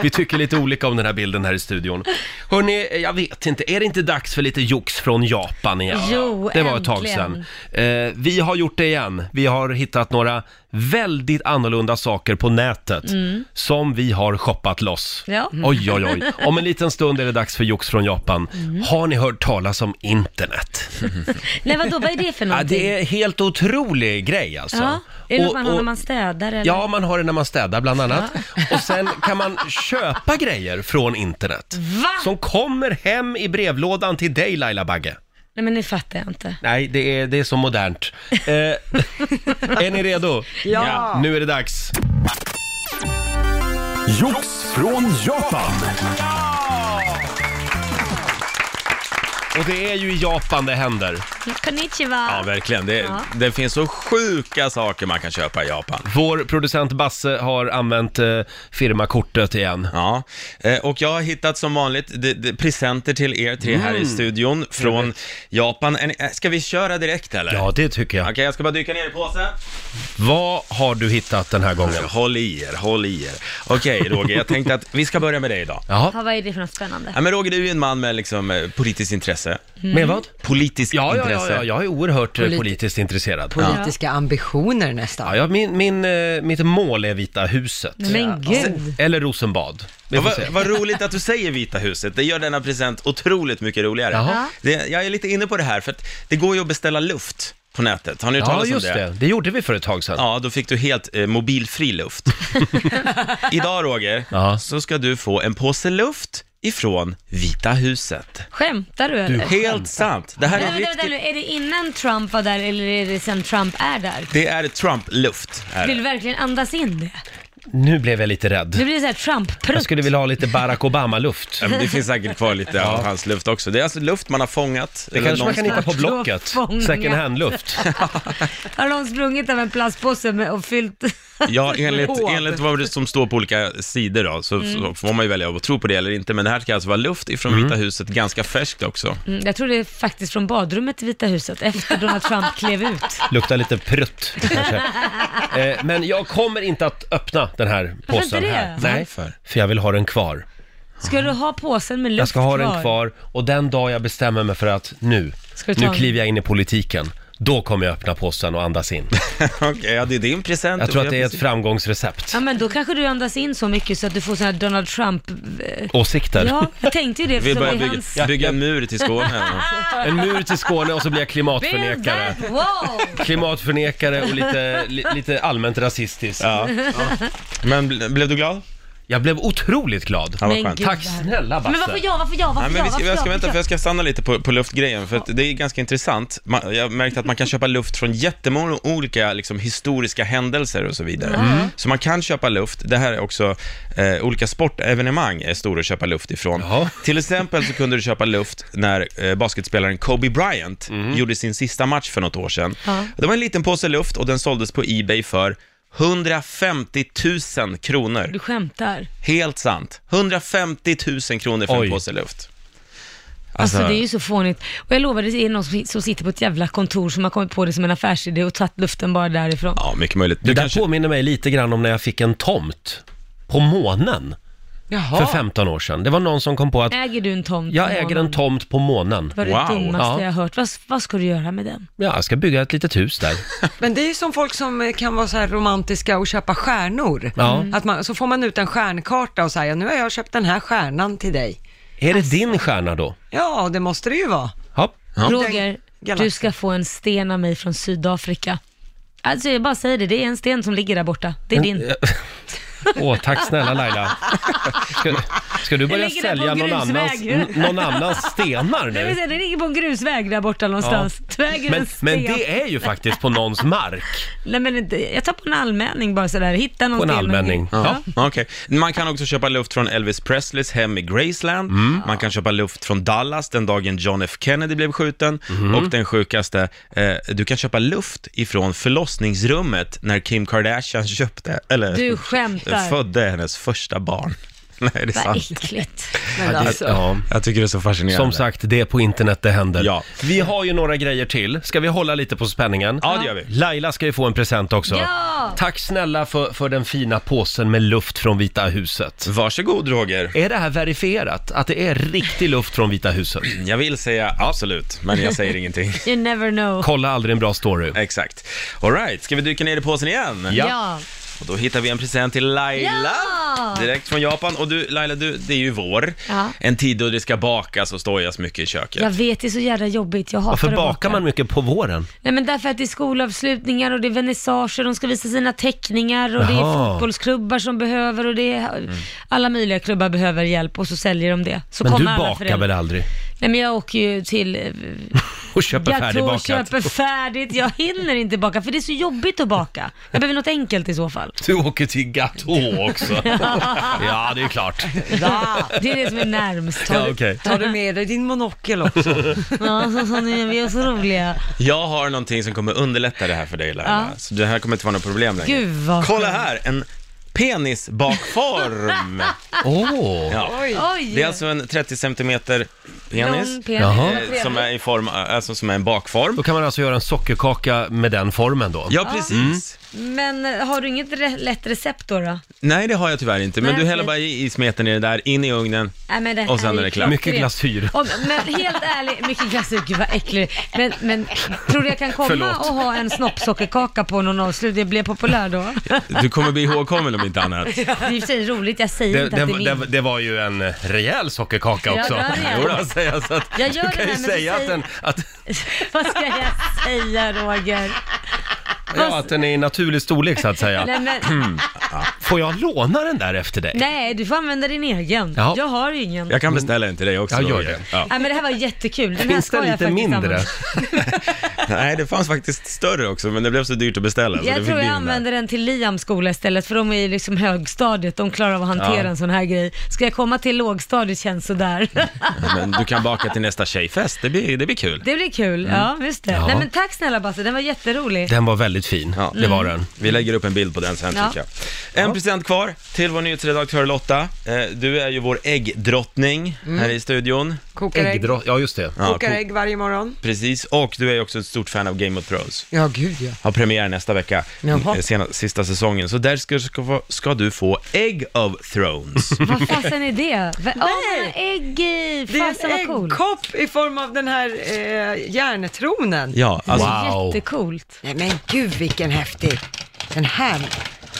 Speaker 1: Vi tycker lite olika om den här bilden här i studion. Hörni, jag vet inte, är det inte dags för lite jox från Japan igen?
Speaker 2: Jo,
Speaker 1: Det var ett tag sedan.
Speaker 2: äntligen.
Speaker 1: Eh, vi har gjort det igen. Vi har hittat några väldigt annorlunda saker på nätet som vi har shoppat loss.
Speaker 2: Mm. Ja.
Speaker 1: Oj, oj, oj. Om en liten stund är det dags för jox från Japan.
Speaker 2: Mm.
Speaker 1: Har ni hört talas om
Speaker 2: *laughs*
Speaker 1: internet?
Speaker 2: Nej vadå, vad
Speaker 1: *laughs*
Speaker 2: är det för
Speaker 1: Ja,
Speaker 2: någonting?
Speaker 1: det är en helt otrolig grej alltså.
Speaker 2: Ja. Är det något
Speaker 1: Och-
Speaker 2: man har när
Speaker 1: och-
Speaker 2: man städar eller?
Speaker 1: Ja, man har det när man städar bland annat. Och sen kan man köpa grejer från internet.
Speaker 2: Va?
Speaker 1: Som kommer hem i brevlådan till dig Laila Bagge.
Speaker 2: Nej men nu fattar jag inte.
Speaker 1: Nej, det är, det är så modernt. Eh, *laughs* är ni redo?
Speaker 3: Ja.
Speaker 1: Nu är det dags.
Speaker 6: Jox från Japan.
Speaker 1: Och det är ju i Japan det händer.
Speaker 2: Konnichiwa!
Speaker 4: Ja, verkligen. Det,
Speaker 2: Ja.
Speaker 4: det finns så sjuka saker man kan köpa i Japan.
Speaker 1: Vår producent Basse har använt eh, firmakortet igen.
Speaker 4: Ja, eh, och jag har hittat som vanligt d- d- presenter till er tre
Speaker 1: Mm.
Speaker 4: här i studion från Japan. Är ni- eh, Ska vi köra direkt eller?
Speaker 1: Ja, det tycker jag.
Speaker 4: Okej, jag ska bara dyka ner i påsen. Alltså,
Speaker 1: Vad har du hittat den här gången?
Speaker 4: Håll i er, håll i er.
Speaker 1: *laughs*
Speaker 4: Okej, Roger, jag tänkte att vi ska börja med dig idag.
Speaker 1: Jaha,
Speaker 2: Ja, vad är det för något spännande?
Speaker 4: Ja, men Roger, du är ju en man med liksom, eh, politiskt intresse.
Speaker 1: med vad?
Speaker 4: Politiskt
Speaker 1: Ja, ja, ja,
Speaker 4: intresse.
Speaker 1: ja, jag är oerhört eh,
Speaker 3: Politi-
Speaker 1: politiskt intresserad.
Speaker 3: Politiska ambitioner nästan.
Speaker 1: Ja, ja, min, min, eh, mitt mål är Vita huset.
Speaker 2: Men gud!
Speaker 1: Eller Rosenbad. Vi
Speaker 4: Ja,
Speaker 1: får
Speaker 4: vad,
Speaker 1: se.
Speaker 4: vad roligt att du säger Vita huset, det gör denna present otroligt mycket roligare.
Speaker 1: Jaha.
Speaker 4: Det, jag är lite inne på det här, för att det går ju att beställa luft på nätet. Har ni hört
Speaker 1: Ja,
Speaker 4: talas om
Speaker 1: just det. Det gjorde vi för ett tag sedan.
Speaker 4: Ja, då fick du helt eh, mobilfri
Speaker 1: *laughs*
Speaker 4: luft. Idag Roger,
Speaker 1: Ja.
Speaker 4: så ska du få en påse luft ifrån Vita huset.
Speaker 2: Skämtar du eller?
Speaker 4: Helt sant. Det här
Speaker 2: Vänta,
Speaker 4: är
Speaker 2: vänta, vänta nu.
Speaker 4: riktigt...
Speaker 2: Är det innan Trump var där eller är det sen Trump är där?
Speaker 4: Det är Trump-luft. är
Speaker 2: Vill du
Speaker 4: det.
Speaker 2: verkligen andas in det?
Speaker 1: Nu blev jag lite
Speaker 2: Nu
Speaker 1: rädd.
Speaker 2: blir det såhär
Speaker 1: Jag
Speaker 2: Trump-prutt.
Speaker 1: skulle vilja ha lite Barack Obama-luft.
Speaker 4: Ja, men Det finns säkert kvar lite av hans luft också. Det är alltså luft man har fångat.
Speaker 1: Det kanske man kan hitta på Blocket.
Speaker 2: Fånga.
Speaker 1: Second
Speaker 2: *laughs*
Speaker 1: hand-luft.
Speaker 2: Har någon sprungit av en plastpåse med och fyllt...
Speaker 4: Ja, enligt,
Speaker 2: Hål.
Speaker 4: enligt vad det som står på olika sidor då, så,
Speaker 2: Mm.
Speaker 4: så får man ju välja att tro på det eller inte. Men det här ska alltså vara luft ifrån
Speaker 1: Mm.
Speaker 4: Vita huset, ganska färskt också.
Speaker 2: Mm, jag tror det är faktiskt från badrummet i Vita huset efter Donald Trump klev ut.
Speaker 1: Luktar lite prutt
Speaker 2: *laughs*
Speaker 1: kanske. Eh, Men jag kommer inte att öppna den här
Speaker 2: Varför
Speaker 1: påsen
Speaker 2: inte det?
Speaker 1: här. Nej,
Speaker 4: Varför?
Speaker 1: för jag vill ha den kvar.
Speaker 2: Ska du ha påsen med luft
Speaker 1: Jag ska ha den kvar och den dag jag bestämmer mig för att nu,
Speaker 2: Ska du ta
Speaker 1: nu
Speaker 2: en?
Speaker 1: kliver jag in i politiken. Då kommer jag öppna påsen och andas in.
Speaker 4: *laughs* Okej, ja, det är din present.
Speaker 1: Jag tror att det är ett
Speaker 4: Precis.
Speaker 1: framgångsrecept.
Speaker 2: Ja men då kanske du andas in så mycket så att du får sån här Donald Trump... eh,
Speaker 1: Åsikter.
Speaker 2: Ja, jag tänkte ju
Speaker 4: *laughs*
Speaker 2: det.
Speaker 4: Vi vill
Speaker 2: för det
Speaker 4: börja
Speaker 2: var ju
Speaker 4: bygga,
Speaker 2: hans-
Speaker 4: bygga en mur till Skåne.
Speaker 1: *laughs* En mur till Skåne och så blir jag
Speaker 2: Build
Speaker 1: klimatförnekare.
Speaker 2: that wall!
Speaker 1: Klimatförnekare och lite, li, lite allmänt rasistisk.
Speaker 4: Ja. Men ble- blev du glad?
Speaker 1: Jag blev otroligt glad.
Speaker 4: Ja, vad
Speaker 2: Men
Speaker 4: skönt.
Speaker 2: gud.
Speaker 1: Tack snälla
Speaker 2: Men
Speaker 1: Basse.
Speaker 2: varför jag, varför jag, varför
Speaker 4: Ja, men
Speaker 2: jag?
Speaker 4: vi ska,
Speaker 2: varför
Speaker 4: jag ska
Speaker 2: varför
Speaker 4: vänta, för jag ska stanna lite på, på luftgrejen, för att det är ganska intressant. Man, jag märkte att man kan köpa luft från jättemånga olika liksom, historiska händelser och så vidare.
Speaker 2: Mm.
Speaker 4: Så man kan köpa luft. Det här är också, eh, olika sportevenemang är stora att köpa luft ifrån.
Speaker 1: Jaha.
Speaker 4: Till exempel så kunde du köpa luft när eh, basketspelaren Kobe Bryant gjorde sin sista match för något år sedan.
Speaker 2: Ja.
Speaker 4: Det var en liten påse luft och den såldes på Ebay för 150 000 kronor.
Speaker 2: Du skämtar.
Speaker 4: Helt sant. 150 000 kronor för
Speaker 1: Oj.
Speaker 4: en påse luft.
Speaker 2: Alltså, det är ju så fånigt. Och jag lovar, det är någon som- som sitter på ett jävla kontor som har kommit på det som en affärsidé och tagit luften bara därifrån.
Speaker 4: Ja, mycket möjligt.
Speaker 1: Det
Speaker 4: Du
Speaker 1: där
Speaker 4: kanske...
Speaker 1: påminner mig lite grann om när jag fick en tomt på månen
Speaker 3: Jaha.
Speaker 1: för 15 år sedan. Det var någon som kom på att
Speaker 2: Äger du en tomt?
Speaker 1: jag äger en tomt på månen.
Speaker 2: Det Mm. var det
Speaker 4: Wow.
Speaker 2: dummaste
Speaker 1: Ja.
Speaker 2: jag har hört. Vad, vad ska du göra med den?
Speaker 1: Ja, jag ska bygga ett litet hus
Speaker 2: *laughs*
Speaker 1: där.
Speaker 3: Men det är ju som folk som eh, kan vara så här romantiska och köpa stjärnor.
Speaker 1: Ja. Mm.
Speaker 3: Att man, så får man ut en stjärnkarta och säger, nu har jag köpt den här stjärnan till dig.
Speaker 1: Är det din stjärna då?
Speaker 3: Ja, det måste det ju vara.
Speaker 1: Ja.
Speaker 2: Roger,
Speaker 3: Galax.
Speaker 2: du ska få en sten av mig från Sydafrika. Alltså jag bara säger det, det är en sten som ligger där borta. Det är din.
Speaker 1: *laughs* Åh, tack snälla Laila. Ska, ska du börja
Speaker 2: ligger där på
Speaker 1: sälja
Speaker 2: en
Speaker 1: någon annans,
Speaker 2: grusväg.
Speaker 1: n- någon annans
Speaker 2: *laughs*
Speaker 1: stenar
Speaker 2: Det
Speaker 1: nu?
Speaker 2: vill säga, den ligger på en grusväg där borta någonstans.
Speaker 1: Ja.
Speaker 2: Du äger
Speaker 1: Men,
Speaker 2: en sten.
Speaker 1: men det är ju faktiskt på någons mark.
Speaker 2: Nej, men inte- jag tar på en allmänning bara sådär. Hitta *laughs* någon
Speaker 1: På en
Speaker 2: sten och-
Speaker 1: allmänning.
Speaker 4: Ja, okej. Man kan också köpa luft från Elvis Presleys hem i Graceland.
Speaker 1: Mm.
Speaker 4: Man kan köpa luft från Dallas den dagen John F Kennedy blev skjuten.
Speaker 1: Mm.
Speaker 4: Och den sjukaste, eh, du kan köpa luft ifrån förlossningsrummet när Kim Kardashian köpte, eller
Speaker 2: Du skämtar.
Speaker 4: födde hennes första barn. *laughs* Nej, det är
Speaker 2: Vad
Speaker 4: sant.
Speaker 2: äckligt.
Speaker 3: Men alltså,
Speaker 1: Ja.
Speaker 4: Jag tycker det är så fascinerande.
Speaker 1: Som sagt, det är på internet det händer.
Speaker 4: Ja.
Speaker 1: Vi har ju några grejer till. Ska vi hålla lite på spänningen?
Speaker 4: Ja, det gör vi.
Speaker 1: Laila ska ju få en present också.
Speaker 2: Ja!
Speaker 1: Tack snälla för, för den fina påsen med luft från Vita huset.
Speaker 4: Varsågod Roger.
Speaker 1: Är det här verifierat? Att det är riktig luft från Vita huset?
Speaker 4: Jag vill säga absolut, men jag
Speaker 2: *laughs*
Speaker 4: säger ingenting.
Speaker 2: You never know.
Speaker 1: Kolla aldrig en bra story.
Speaker 4: Exakt. Alright, ska vi dyka ner i påsen igen?
Speaker 1: Ja.
Speaker 4: Och då hittar vi en present till Laila.
Speaker 2: Ja!
Speaker 4: Direkt från Japan. Och du Laila, du, det är ju vår.
Speaker 2: Ja.
Speaker 4: En tid då det ska bakas och stojas mycket i köket.
Speaker 2: Jag vet, det är så jävla jobbigt. Jag hatar
Speaker 1: Varför
Speaker 2: att
Speaker 1: bakar
Speaker 2: baka.
Speaker 1: man mycket
Speaker 4: *laughs*
Speaker 1: på våren?
Speaker 2: Nej men därför att det är skolavslutningar och det är vernissager, de ska visa sina teckningar och det
Speaker 1: Jaha. Mm.
Speaker 2: är fotbollsklubbar som behöver och det är alla möjliga klubbar behöver hjälp och så säljer de det. Så
Speaker 1: Men du
Speaker 2: kommer alla
Speaker 1: bakar
Speaker 2: föräldrar.
Speaker 1: väl aldrig?
Speaker 2: Nej men jag åker ju till eh,
Speaker 1: Och köper
Speaker 2: Gâteau och
Speaker 1: färdigbakat?
Speaker 2: köper färdigt. Jag hinner inte baka för det är så jobbigt att baka. Jag behöver något enkelt i så fall.
Speaker 1: Du åker till Gateau
Speaker 2: *laughs*
Speaker 1: också. ja, det är klart.
Speaker 2: Det är det som är närmst.
Speaker 1: Ah. Ja, okej.
Speaker 3: tar du med dig din monokel också?
Speaker 2: Ja, så, så, ni- vi är så roliga.
Speaker 4: Jag har någonting som kommer underlätta det här för dig Laila.
Speaker 2: Ja.
Speaker 4: Så det här kommer inte vara något problem längre.
Speaker 2: Gud, vad
Speaker 4: Kolla
Speaker 2: skönt.
Speaker 4: här, en
Speaker 2: *laughs*
Speaker 4: penisbakform.
Speaker 1: Åh!
Speaker 4: ja.
Speaker 2: Oj!
Speaker 4: Det är alltså en 30 centimeter
Speaker 2: Lång
Speaker 4: penis.
Speaker 2: penis.
Speaker 1: Jaha.
Speaker 4: eh, Som är, i form, alltså som är en bakform.
Speaker 1: Då kan man alltså göra en sockerkaka med den formen då?
Speaker 4: Ja, precis.
Speaker 2: Mm. Men eh, har du inget re- lätt recept då? då?
Speaker 4: Nej, det har jag tyvärr inte. Men
Speaker 2: Nej,
Speaker 4: du häller
Speaker 2: okej.
Speaker 4: bara i, i smeten i det där, in i ugnen.
Speaker 2: Nej, men det
Speaker 4: Och sen
Speaker 2: här
Speaker 4: är det
Speaker 2: ju
Speaker 4: klart.
Speaker 1: Mycket
Speaker 2: klockrent.
Speaker 1: glasyr.
Speaker 2: Om, men helt ärligt, *laughs* mycket glasyr, gud vad äckligt. Men, men tror du jag kan komma
Speaker 1: Förlåt.
Speaker 2: och ha en snoppsockerkaka på någon avslutning? Jag blev populär då.
Speaker 4: *laughs* Du kommer bli ihågkommen om inte
Speaker 2: *laughs*
Speaker 4: annat.
Speaker 2: Det är i och för sig roligt, jag säger
Speaker 1: Det,
Speaker 2: inte att det är
Speaker 1: det,
Speaker 2: min.
Speaker 1: det, det var ju en rejäl sockerkaka
Speaker 2: Ja,
Speaker 1: också.
Speaker 2: det var det.
Speaker 1: Jo, då, säga, så att,
Speaker 2: Jag gör
Speaker 1: du
Speaker 2: den
Speaker 1: kan ju
Speaker 2: här, men du
Speaker 1: säga att
Speaker 2: säger-
Speaker 1: den, att,
Speaker 2: *laughs* Vad ska jag säga Roger?
Speaker 1: ja, att den är i naturlig storlek så att säga. Hmm.
Speaker 2: Nej, men,
Speaker 1: Får jag låna den där efter dig?
Speaker 2: nej, du får använda din egen.
Speaker 1: Ja.
Speaker 2: Jag har ingen.
Speaker 4: Jag kan beställa en till dig också.
Speaker 1: Jag gör
Speaker 4: Roger.
Speaker 1: det.
Speaker 4: Ja.
Speaker 2: Nej, men det här var jättekul. Den här
Speaker 1: Finns
Speaker 2: ska
Speaker 1: det
Speaker 2: jag
Speaker 1: lite
Speaker 2: faktiskt
Speaker 1: mindre?
Speaker 2: använda.
Speaker 4: Nej, det fanns faktiskt större också, men det blev så dyrt att beställa. så det
Speaker 2: Jag
Speaker 4: fick
Speaker 2: tror
Speaker 4: bli
Speaker 2: jag
Speaker 4: den där.
Speaker 2: använder den till Liams skola istället för de är ju liksom högstadiet, de klarar av att hantera
Speaker 4: Ja.
Speaker 2: en sån här grej. Ska jag komma till lågstadiet känns sådär. *laughs*
Speaker 4: Men du kan baka till nästa tjejfest, det blir, det blir kul.
Speaker 2: Det blir kul,
Speaker 1: Mm.
Speaker 2: ja just det. Nej men tack snälla Basse, den var jätterolig.
Speaker 1: Den var väldigt fin,
Speaker 4: Ja.
Speaker 1: det var den.
Speaker 4: Vi lägger upp en bild på den sen
Speaker 2: Ja.
Speaker 4: tycker jag. En present kvar till vår nyhetsredaktör Lotta. Eh, Du är ju vår äggdrottning här i studion.
Speaker 3: Kokar ägg,
Speaker 1: Äggdrott, ja just det.
Speaker 4: Ja,
Speaker 3: kokar ägg varje morgon.
Speaker 4: Precis, och du är ju också ett stort fan av Game of Thrones.
Speaker 3: Ja, gud ja.
Speaker 4: Har premiär nästa vecka,
Speaker 3: Jaha.
Speaker 4: eh, sena, sista säsongen. Så där ska, ska, få- ska du få Egg of
Speaker 1: *laughs*
Speaker 4: Thrones.
Speaker 2: Vad fasen är det? Va- Åh, man har ägg i!
Speaker 3: Det är
Speaker 2: Fasen
Speaker 3: en
Speaker 2: vad cool.
Speaker 3: äggkopp i form av den här eh, järntronen.
Speaker 4: Ja, alltså,
Speaker 1: Wow.
Speaker 2: Jättecoolt.
Speaker 3: Nej men gud vilken häftig. Den här.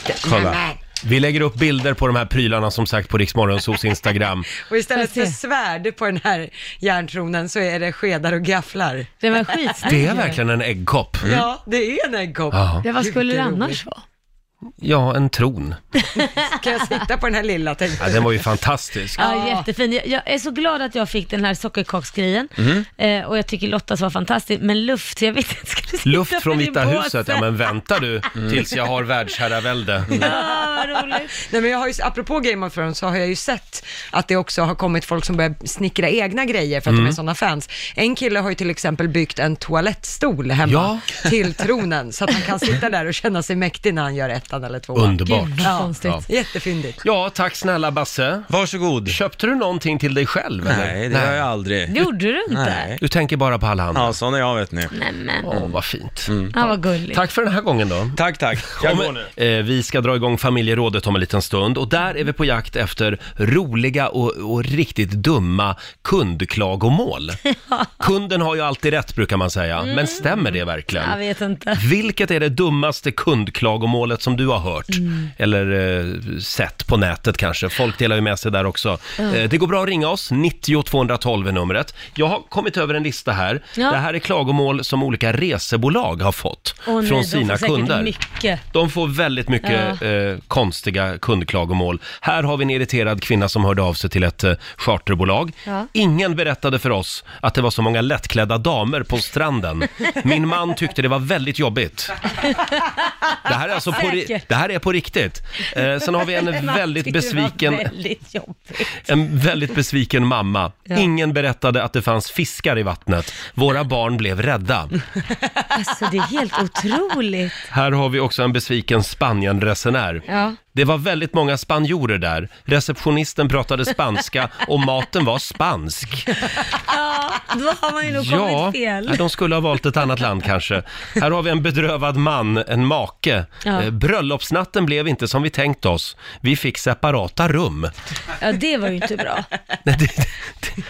Speaker 3: Den
Speaker 4: Kolla.
Speaker 3: här.
Speaker 1: Vi lägger upp bilder på de här prylarna som sagt på Riksmorgonsos Instagram.
Speaker 3: Och istället
Speaker 2: Får jag
Speaker 3: för
Speaker 2: se?
Speaker 3: svärd på den här järntronen så är det skedar och gafflar.
Speaker 2: Det var skitsnygg.
Speaker 1: Det är verkligen en äggkopp. Mm.
Speaker 3: Ja, det är en äggkopp.
Speaker 1: Ja.
Speaker 2: Ja, vad skulle det
Speaker 3: Vilken
Speaker 2: annars vara?
Speaker 1: ja, en tron.
Speaker 3: *laughs* Kan jag sitta på den här lilla tänkte
Speaker 1: Ja,
Speaker 3: jag.
Speaker 1: den
Speaker 2: *laughs*
Speaker 1: var ju fantastisk.
Speaker 2: Ja, jättefin. Jag, jag är så glad att jag fick den här sockerkaksgrejen
Speaker 1: Mm.
Speaker 2: eh, och jag tycker Lottas var fantastisk, men luft, jag vet inte, ska du sitta
Speaker 1: Luft från
Speaker 2: med din
Speaker 1: Vita
Speaker 2: påse?
Speaker 1: huset, ja men vänta du
Speaker 2: Mm.
Speaker 1: tills jag har världsherravälde.
Speaker 2: Ja, vad roligt.
Speaker 3: Nej men jag har ju, apropå Game of Thrones så har jag ju sett att det också har kommit folk som börjar snickra egna grejer för att
Speaker 1: Mm.
Speaker 3: de är sådana fans. En kille har ju till exempel byggt en toalettstol hemma *laughs* till tronen så att han kan sitta där och känna sig mäktig när han gör ettan eller tvåan.
Speaker 1: Underbart.
Speaker 2: Gud, vad konstigt.
Speaker 3: Jättefyndigt.
Speaker 1: Ja, tack snälla Basse.
Speaker 4: varsågod.
Speaker 1: Köpte du någonting till dig själv eller?
Speaker 4: Nej, det gör jag aldrig.
Speaker 2: Gjorde du inte?
Speaker 4: Nej.
Speaker 1: Du tänker bara på alla andra?
Speaker 4: Ja, sån är jag vet ni. Mm.
Speaker 2: Nej men,
Speaker 1: Åh, vad fint.
Speaker 2: han var gullig.
Speaker 1: Tack för den här gången då.
Speaker 4: Tack, tack. Jag går
Speaker 1: Om,
Speaker 4: nu.
Speaker 1: eh, vi ska dra igång familjerådet om en liten stund och där är vi på jakt efter roliga och, och riktigt dumma kundklagomål. Kunden har ju alltid rätt brukar man säga, men stämmer det verkligen?
Speaker 2: Jag vet inte.
Speaker 1: Vilket är det dummaste kundklagomålet som du har hört eller eh, sett på nätet kanske. Folk delar ju med sig där också. Eh, det går bra att ringa oss, 90 212 är numret. Jag har kommit över en lista här.
Speaker 2: Ja.
Speaker 1: Det här är klagomål som olika resebolag har fått
Speaker 2: Åh, nej,
Speaker 1: från
Speaker 2: de
Speaker 1: sina
Speaker 2: får säkert
Speaker 1: kunder.
Speaker 2: mycket.
Speaker 1: De får väldigt mycket eh, konstiga kundklagomål. Här har vi en irriterad kvinna som hörde av sig till ett eh, charterbolag.
Speaker 2: Ja.
Speaker 1: Ingen berättade för oss att det var så många lättklädda damer på stranden. Min man tyckte det var väldigt jobbigt. Det här är alltså på, ri-
Speaker 2: Säkert.
Speaker 1: det här är på riktigt. Eh, sen har vi
Speaker 2: *laughs*
Speaker 1: en
Speaker 2: Man
Speaker 1: väldigt
Speaker 2: tyckte det var
Speaker 1: besviken,
Speaker 2: Väldigt jobbigt.
Speaker 1: en väldigt besviken mamma.
Speaker 2: Ja.
Speaker 1: Ingen berättade att det fanns fiskar i vattnet. Våra barn blev rädda.
Speaker 2: Alltså det är helt otroligt.
Speaker 1: Här har vi också en besviken Spanienresenär.
Speaker 2: *laughs* Ja.
Speaker 1: Det var väldigt många spanjorer där. Receptionisten pratade spanska och maten var spansk.
Speaker 2: Ja, då har man ju nog kommit fel.
Speaker 1: nej, de skulle ha valt ett annat land kanske. Här har vi en bedrövad man, en make.
Speaker 2: Ja.
Speaker 1: Eh, Bröllopsnatten blev inte som vi tänkt oss. Vi fick separata rum.
Speaker 2: Ja, det var ju inte bra.
Speaker 1: Nej, det,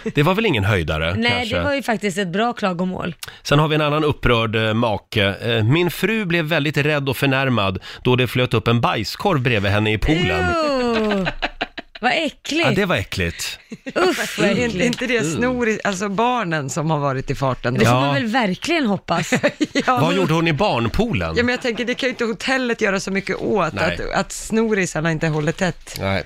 Speaker 1: det, det var väl ingen höjdare
Speaker 2: *laughs* Nej,
Speaker 1: kanske?
Speaker 2: det var ju faktiskt ett bra klagomål.
Speaker 1: Sen har vi en annan upprörd eh, make. Eh, Min fru blev väldigt rädd och förnärmad då det flöt upp en bajskorv bredvid henne i poolen.
Speaker 2: Eww. Vad äckligt.
Speaker 1: Ja, det var Mm. äckligt.
Speaker 2: Usch vad
Speaker 3: Alltså, Är inte,
Speaker 2: äckligt.
Speaker 3: inte det snor i, alltså barnen som har varit i farten då?
Speaker 2: Det får
Speaker 1: Ja.
Speaker 2: man väl
Speaker 3: *laughs*
Speaker 2: verkligen hoppas.
Speaker 1: Vad gjorde hon i barnpoolen?
Speaker 3: Ja, men jag tänker, det kan ju inte hotellet göra så mycket åt,
Speaker 1: Nej.
Speaker 3: att, att snorisarna inte håller tätt.
Speaker 1: Nej.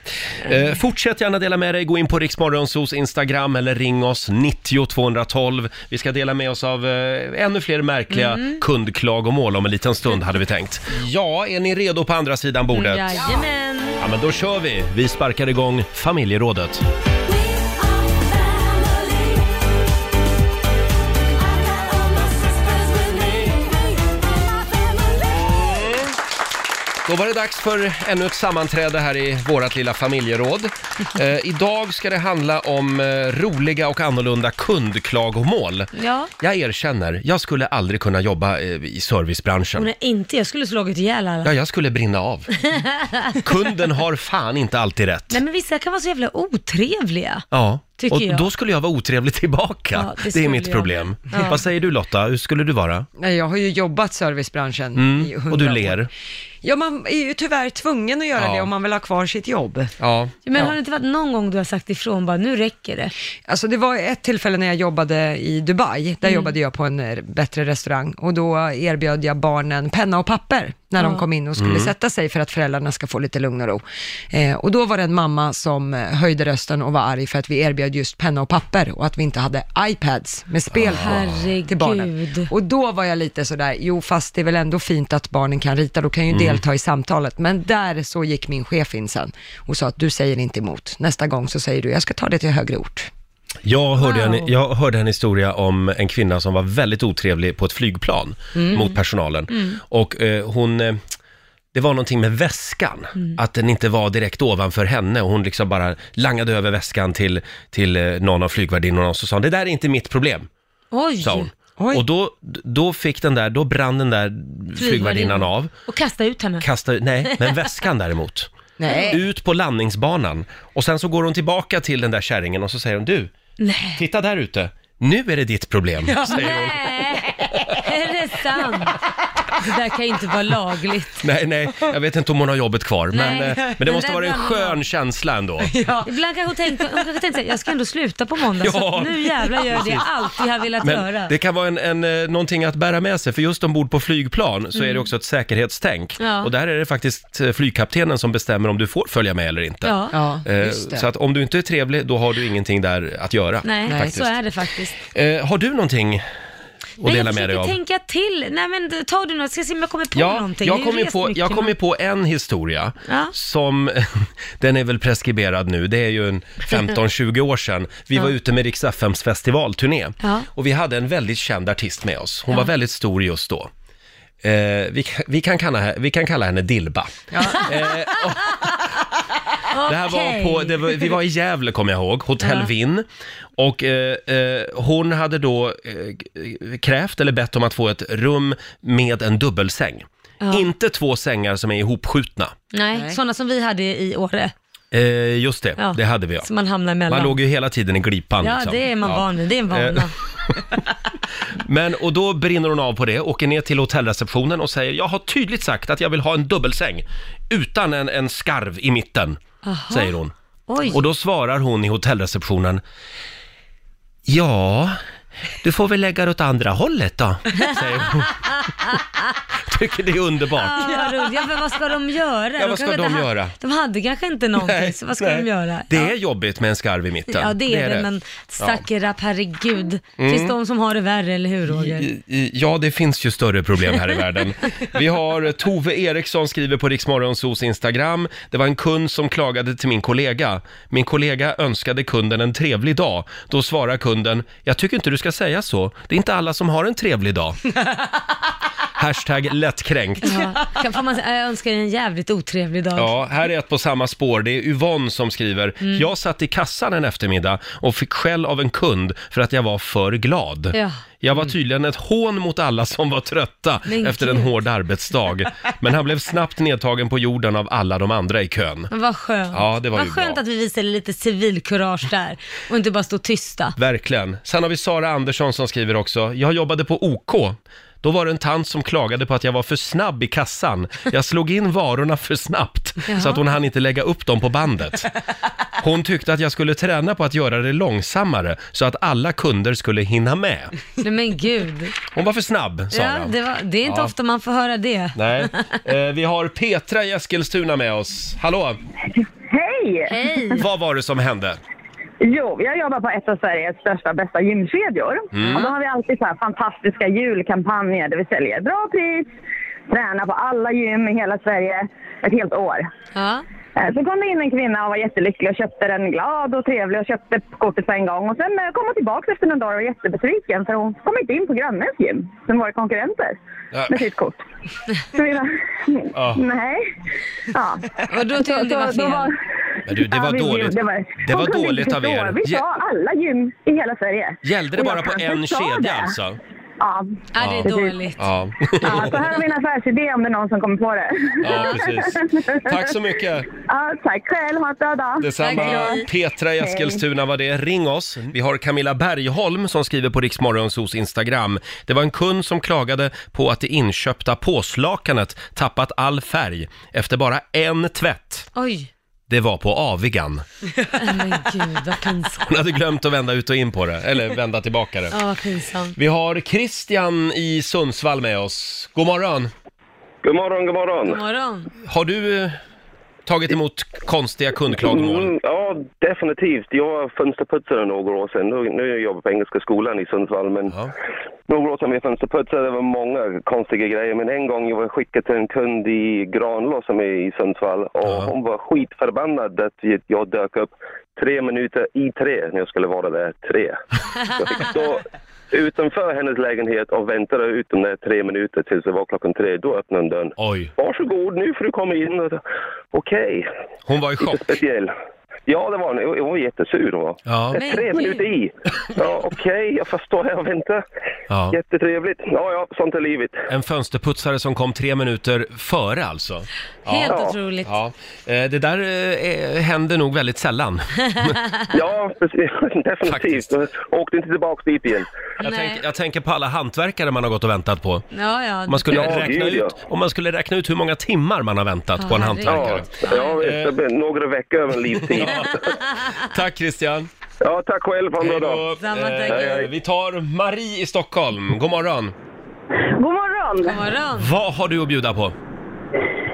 Speaker 1: Eh, fortsätt gärna dela med dig. Gå in på Riksmorgonsos Instagram eller ring oss 90 212. Vi ska dela med oss av eh, ännu fler märkliga kundklagomål om en liten stund hade vi tänkt. Ja, är ni redo på andra sidan bordet?
Speaker 2: Mm, Jajamän.
Speaker 1: Ja, men då kör vi. Vi sparkar igång familjerådet. Då var det dags för ännu ett sammanträde här i vårt lilla familjeråd. Eh, idag ska det handla om eh, roliga och annorlunda kundklagomål.
Speaker 2: Ja.
Speaker 1: Jag erkänner, jag skulle aldrig kunna jobba eh, i servicebranschen.
Speaker 2: Hon är inte, jag skulle slagit ihjäl alla.
Speaker 1: Ja, jag skulle brinna av.
Speaker 2: *laughs*
Speaker 1: Kunden har fan inte alltid rätt.
Speaker 2: Nej men vissa kan vara så jävla otrevliga.
Speaker 1: Ja,
Speaker 2: Tycker
Speaker 1: och
Speaker 2: jag.
Speaker 1: då skulle jag vara otrevlig *laughs* tillbaka.
Speaker 2: Ja, det
Speaker 1: det, är
Speaker 2: skulle
Speaker 1: mitt
Speaker 2: jag
Speaker 1: problem.
Speaker 2: med. Ja.
Speaker 1: Vad säger du Lotta, hur skulle du vara? Mm.
Speaker 3: Nej, jag har ju jobbat servicebranschen i hundra
Speaker 1: Och du
Speaker 3: år.
Speaker 1: ler.
Speaker 3: Ja, man är ju tyvärr tvungen att göra
Speaker 1: Ja.
Speaker 3: det om man vill ha kvar sitt jobb.
Speaker 1: Ja.
Speaker 2: Men har det inte varit någon gång du har sagt ifrån bara, nu räcker det?
Speaker 3: Alltså det var ett tillfälle när jag jobbade i Dubai, där jobbade jag på en eh, bättre restaurang och då erbjöd jag barnen penna och papper när de kom in och skulle sätta sig för att föräldrarna ska få lite lugn och ro. Eh, och då var det en mamma som eh, höjde rösten och var arg för att vi erbjöd just penna och papper och att vi inte hade iPads med spel på till barnen.
Speaker 2: Herregud.
Speaker 3: Och då var jag lite sådär, jo fast det är väl ändå fint att barnen kan rita, då kan ju delta i samtalet. Men där så gick min chef in sen och sa att du säger inte emot. Nästa gång så säger du, jag ska ta det till högre ort.
Speaker 1: Jag, hörde
Speaker 2: Wow.
Speaker 1: en, jag hörde en historia om en kvinna som var väldigt otrevlig på ett flygplan
Speaker 2: Mm.
Speaker 1: mot personalen. Och eh, hon... Eh, det var någonting med väskan,
Speaker 2: Mm.
Speaker 1: att den inte var direkt ovanför henne och hon liksom bara langade över väskan till, till eh, någon av flygvärdinnorna och så sa hon, det där är inte mitt problem.
Speaker 2: Oj!
Speaker 1: sa hon.
Speaker 3: Oj.
Speaker 1: Och då, då fick den där, då brann den där flygvärdinnan av.
Speaker 2: Och kasta ut henne.
Speaker 1: Kastar, nej, men väskan däremot.
Speaker 3: Nej.
Speaker 1: Ut på landningsbanan. Och sen så går hon tillbaka till den där kärringen och så säger hon, du,
Speaker 2: Nej.
Speaker 1: titta där ute. Nu är det ditt problem, säger hon.
Speaker 2: Nej, är det sant? Det där kan ju inte vara lagligt.
Speaker 1: Nej, nej, jag vet inte om hon har jobbet kvar, men,
Speaker 2: Nej.
Speaker 1: eh, men det
Speaker 2: Den
Speaker 1: måste
Speaker 2: där
Speaker 1: vara en
Speaker 2: brann
Speaker 1: skön
Speaker 2: av.
Speaker 1: känsla
Speaker 2: *laughs*
Speaker 1: ändå.
Speaker 2: Ibland kanske hon tänkte, hon kanske tänkte såhär, jag ska ändå sluta på måndag, så
Speaker 1: Ja.
Speaker 2: att nu jävlar gör jag det jag alltid har velat göra.
Speaker 1: Men det kan vara en, en, eh, någonting att bära med sig, för just ombord på flygplan så är det också ett säkerhetstänk.
Speaker 2: Mm. Ja.
Speaker 1: Och där är det faktiskt eh, flygkaptenen som bestämmer om du får följa med eller inte.
Speaker 2: Ja.
Speaker 3: Ja,
Speaker 1: Eh,
Speaker 3: just det.
Speaker 1: Så att om du inte är trevlig, då har du ingenting där att göra.
Speaker 2: Nej,
Speaker 1: faktiskt.
Speaker 2: så är det faktiskt.
Speaker 1: Eh, har du någonting att
Speaker 2: Nej,
Speaker 1: dela
Speaker 2: jag
Speaker 1: med dig
Speaker 2: försöker
Speaker 1: av?
Speaker 2: tänka till. Nej men tar du något, ska se om jag kommer på
Speaker 1: Ja,
Speaker 2: någonting.
Speaker 1: jag
Speaker 2: har ju
Speaker 1: kom, ju
Speaker 2: rest
Speaker 1: på,
Speaker 2: mycket,
Speaker 1: jag kom ju
Speaker 2: men-
Speaker 1: på en historia
Speaker 2: Ja.
Speaker 1: som, *laughs* den är väl preskriberad nu, det är ju
Speaker 2: *laughs*
Speaker 1: en 15-20 år sedan. Vi var ute med Rix FMs festivalturné
Speaker 2: Ja.
Speaker 1: och vi hade en väldigt känd artist med oss. Hon var väldigt stor just då. Eh, vi, ka- vi, kan kalla, vi kan kalla henne Dilba. Eh, Det här var
Speaker 2: Okej.
Speaker 1: på, det var, vi var i Gävle kommer jag ihåg, Hotell Vinn. Och eh, eh, hon hade då eh, krävt eller bett om att få ett rum med en dubbelsäng. Inte två sängar som är ihopskjutna.
Speaker 2: Nej, sådana som vi hade i Åre,
Speaker 1: Eh, just det,
Speaker 2: Ja.
Speaker 1: det hade vi ja.
Speaker 2: som man hamnar emellan.
Speaker 1: Man låg ju hela tiden i glipan.
Speaker 2: ja,
Speaker 1: liksom.
Speaker 2: det är man van vid, det är en vana.
Speaker 1: *laughs* Men, och då brinner hon av på det, åker ner till hotellreceptionen och säger jag har tydligt sagt att jag vill ha en dubbelsäng utan en, en skarv i mitten, säger hon.
Speaker 2: Oj.
Speaker 1: Och då svarar hon i hotellreceptionen Ja, du får väl lägga det åt andra hållet
Speaker 2: *laughs*
Speaker 1: då, säger hon. Tycker det är underbart.
Speaker 2: Ah, vad roligt. ja, men vad ska de göra?
Speaker 1: Ja, vad ska
Speaker 2: kanske
Speaker 1: de
Speaker 2: inte ha-
Speaker 1: göra?
Speaker 2: De hade kanske inte någonting,
Speaker 1: Nej,
Speaker 2: så vad ska
Speaker 1: nej.
Speaker 2: de göra?
Speaker 1: Det
Speaker 2: ja.
Speaker 1: är jobbigt med en skarv i mitten.
Speaker 2: Ja det är det, men stackarrapp, herregud.
Speaker 1: Mm.
Speaker 2: Finns de som har det värre, eller hur Roger?
Speaker 1: I- i- Ja, det finns ju större problem här i
Speaker 2: *laughs*
Speaker 1: världen. Vi har eh, Tove Eriksson skriver på Riksmorgonsos Instagram. Det var en kund som klagade till min kollega. Min kollega önskade kunden en trevlig dag. Då svarar kunden, jag tycker inte du ska säga så. Det är inte alla som har en trevlig
Speaker 2: *laughs*
Speaker 1: dag. Hashtag lättkränkt.
Speaker 2: Ja. Kan- Får man, säga, jag önskar dig en jävligt otrevlig dag.
Speaker 1: Ja, här är ett på samma spår. Det är Yvonne som skriver.
Speaker 2: Mm.
Speaker 1: Jag satt i kassan en eftermiddag och fick skäll av en kund för att jag var för glad.
Speaker 2: Ja. Mm.
Speaker 1: Jag var tydligen ett hån mot alla som var trötta
Speaker 2: Men
Speaker 1: efter en
Speaker 2: gud.
Speaker 1: hård arbetsdag. Men han blev snabbt nedtagen på jorden av alla de andra i kön.
Speaker 2: Men vad skönt.
Speaker 1: Ja, det var
Speaker 2: vad
Speaker 1: ju
Speaker 2: skönt
Speaker 1: bra.
Speaker 2: att vi visade lite civilkurage där och inte bara stå tysta.
Speaker 1: Verkligen. Sen har vi Sara Andersson som skriver också. Jag jobbade på OK. Då var det en tant som klagade på att jag var för snabb i kassan. Jag slog in varorna för
Speaker 2: *laughs*
Speaker 1: snabbt så att hon hann inte lägga upp dem på bandet. Hon tyckte att jag skulle träna på att göra det långsammare så att alla kunder skulle hinna med.
Speaker 2: Nej men gud.
Speaker 1: Hon var för snabb, sa
Speaker 2: Ja,
Speaker 1: han.
Speaker 2: det, var, det är inte
Speaker 1: Ja.
Speaker 2: ofta man får höra det.
Speaker 1: Nej. Eh, vi har Petra i Eskilstuna med oss. Hallå!
Speaker 8: Hej!
Speaker 2: Hej!
Speaker 1: Vad var det som hände?
Speaker 8: Jo, jag jobbar på ett av Sveriges största och bästa gymkedjor.
Speaker 1: Mm.
Speaker 8: Och då har vi alltid så här fantastiska julkampanjer där vi säljer bra pris, tränar på alla gym i hela Sverige ett helt år.
Speaker 2: Ja.
Speaker 8: Eh, Sen kom det in en kvinna och var jättelycklig och köpte den glad och trevlig och köpte kortet på en gång. Och sen eh, kom hon tillbaka efter några dagar och var jättebesviken för hon kom inte in på grannens gym som var konkurrenter
Speaker 1: Ja.
Speaker 8: med sitt kort. Så vi bara,
Speaker 1: Ja.
Speaker 8: nej. Ja.
Speaker 2: Och då tyckte hon det var
Speaker 8: Så då
Speaker 2: fel.
Speaker 1: Men du, det var
Speaker 8: vi-
Speaker 1: dåligt.
Speaker 8: Det var,
Speaker 1: Det var
Speaker 8: hon kunde
Speaker 1: dåligt
Speaker 8: inte
Speaker 1: av er.
Speaker 8: förstå. Vi
Speaker 1: Ge-
Speaker 8: sa alla gym i hela Sverige.
Speaker 1: Gällde det
Speaker 8: Och
Speaker 1: bara
Speaker 8: jag
Speaker 1: på
Speaker 8: kanske
Speaker 1: en
Speaker 8: sa
Speaker 1: kedja
Speaker 8: det.
Speaker 1: alltså?
Speaker 8: Ja.
Speaker 2: Ja, det är
Speaker 8: Precis.
Speaker 2: dåligt.
Speaker 1: Ja. *laughs*
Speaker 8: ja. Så här har vi en affärsidé om det är någon som kommer på det.
Speaker 1: ja, precis. Tack så mycket!
Speaker 8: Ja, tack själv. Ha en bra dag.
Speaker 1: Detsamma.
Speaker 2: Tack, Mm. hej.
Speaker 1: Petra i
Speaker 8: Hej.
Speaker 1: Eskilstuna var det. Ring oss. Vi har Camilla Bergholm som skriver på Riksmorgonsos Instagram. Det var en kund som klagade på att det inköpta påslakanet tappat all färg efter bara en tvätt. *laughs*
Speaker 2: Oj,
Speaker 1: Det var på avigan.
Speaker 2: Nej, men gud vad pinsamt.
Speaker 1: Hon hade glömt att vända ut och in på det, eller vända tillbaka det.
Speaker 2: Ja, vad pinsamt.
Speaker 1: Vi har Christian i Sundsvall med oss. God morgon!
Speaker 9: God morgon, god morgon.
Speaker 2: God morgon.
Speaker 1: Har du eh, tagit emot konstiga kundklagomål?
Speaker 9: Mm, ja, definitivt. Jag var fönsterputsare några år sedan. Nu, nu jobbar jag på Engelska skolan i Sundsvall, men
Speaker 1: Ja.
Speaker 9: några år sedan var jag fönsterputsare. Det var många konstiga grejer, men en gång jag var skickad till en kund i Granlå som är i Sundsvall och
Speaker 1: Ja.
Speaker 9: hon var skitförbannad att jag dök upp tre minuter i tre när jag skulle vara där tre. Jag fick stå utanför hennes lägenhet och vänta där utom där tre minuter tills det var klockan tre. Då öppnade hon dörren.
Speaker 1: Oj,
Speaker 9: Varsågod, nu får du komma in. Och då- Okej,
Speaker 1: hon var i chock.
Speaker 9: Lite speciell. Ja, det var hon. Hon var jättesur. Hon var.
Speaker 1: Ja,
Speaker 2: Men
Speaker 9: Tre
Speaker 2: gud.
Speaker 9: minuter i. Ja, Okej, jag får stå här och vänta.
Speaker 1: ja.
Speaker 9: Jättetrevligt. Ja, ja, sånt är livet.
Speaker 1: En fönsterputsare som kom tre minuter före alltså.
Speaker 2: Helt otroligt.
Speaker 1: Ja, eh, det där eh, eh, händer nog väldigt
Speaker 2: *laughs*
Speaker 1: sällan.
Speaker 9: Ja, precis. *laughs* definitivt.
Speaker 1: Faktiskt.
Speaker 9: Åkte inte tillbaka dit igen.
Speaker 1: Jag,
Speaker 2: Nej.
Speaker 1: tänk, jag tänker på alla hantverkare man har gått och väntat på.
Speaker 2: Ja, ja.
Speaker 1: Om man, skulle
Speaker 9: Ja,
Speaker 1: räkna
Speaker 9: gud, ja.
Speaker 1: ut, om man skulle räkna ut hur många timmar man har väntat
Speaker 2: Ja,
Speaker 1: på en
Speaker 2: herregud.
Speaker 9: Ja,
Speaker 1: hantverkare. Eh.
Speaker 9: jag vet. Det blir några veckor över en livstid.
Speaker 1: *laughs* Tack Christian!
Speaker 9: Ja, tack själv. Ha en bra
Speaker 1: Hej
Speaker 9: dag.
Speaker 1: då.
Speaker 2: Samma, tack.
Speaker 1: Eh, vi tar Marie i Stockholm. God morgon!
Speaker 8: God morgon.
Speaker 2: God morgon.
Speaker 1: Vad har du att bjuda på?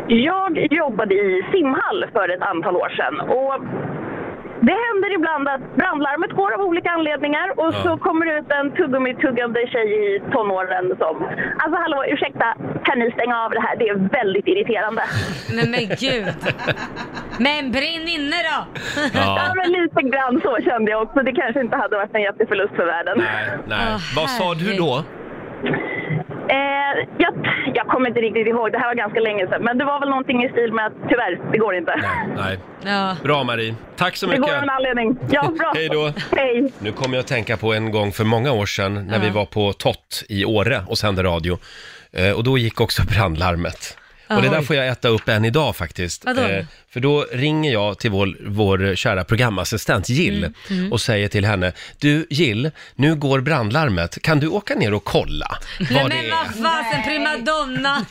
Speaker 8: Jag jobbade i simhall för ett antal år sedan. Och det händer ibland att brandlarmet går av olika anledningar och
Speaker 1: Ja.
Speaker 8: så kommer det ut en tuggummi-tuggande tjej i tonåren som Alltså hallå, ursäkta, kan ni stänga av det här? Det är väldigt irriterande.
Speaker 2: Nej men gud. Men brinn inne då!
Speaker 8: Ja.
Speaker 1: Ja.
Speaker 8: men lite grann så kände jag också. Det kanske inte hade varit en jätteförlust för världen.
Speaker 1: Nej, nej.
Speaker 2: Åh,
Speaker 1: Vad sa du då?
Speaker 8: Eh, jag, jag kommer inte riktigt ihåg, det här var ganska länge sedan. Men det var väl någonting i stil med att tyvärr, det går inte.
Speaker 1: Nej, nej.
Speaker 2: Ja.
Speaker 1: Bra Marie. Tack så
Speaker 8: Det går
Speaker 1: mycket.
Speaker 8: av en anledning. Ja, bra.
Speaker 1: Hej då. Mm.
Speaker 8: Hej.
Speaker 1: Nu kommer jag att tänka på en gång för många år sedan när vi var på Tott i Åre och sände radio. Eh, Och då gick också *laughs* brandlarmet. Och det där får jag äta upp än idag faktiskt. Eh,
Speaker 2: Vadå?
Speaker 1: för då ringer jag till vår, vår kära programassistent Jill
Speaker 2: Mm,
Speaker 1: och säger till henne, du Jill, nu går brandlarmet, kan du åka ner och
Speaker 2: *laughs*
Speaker 1: kolla
Speaker 2: Nej
Speaker 1: vad det
Speaker 2: men
Speaker 1: är?
Speaker 2: vad fasen primadonna!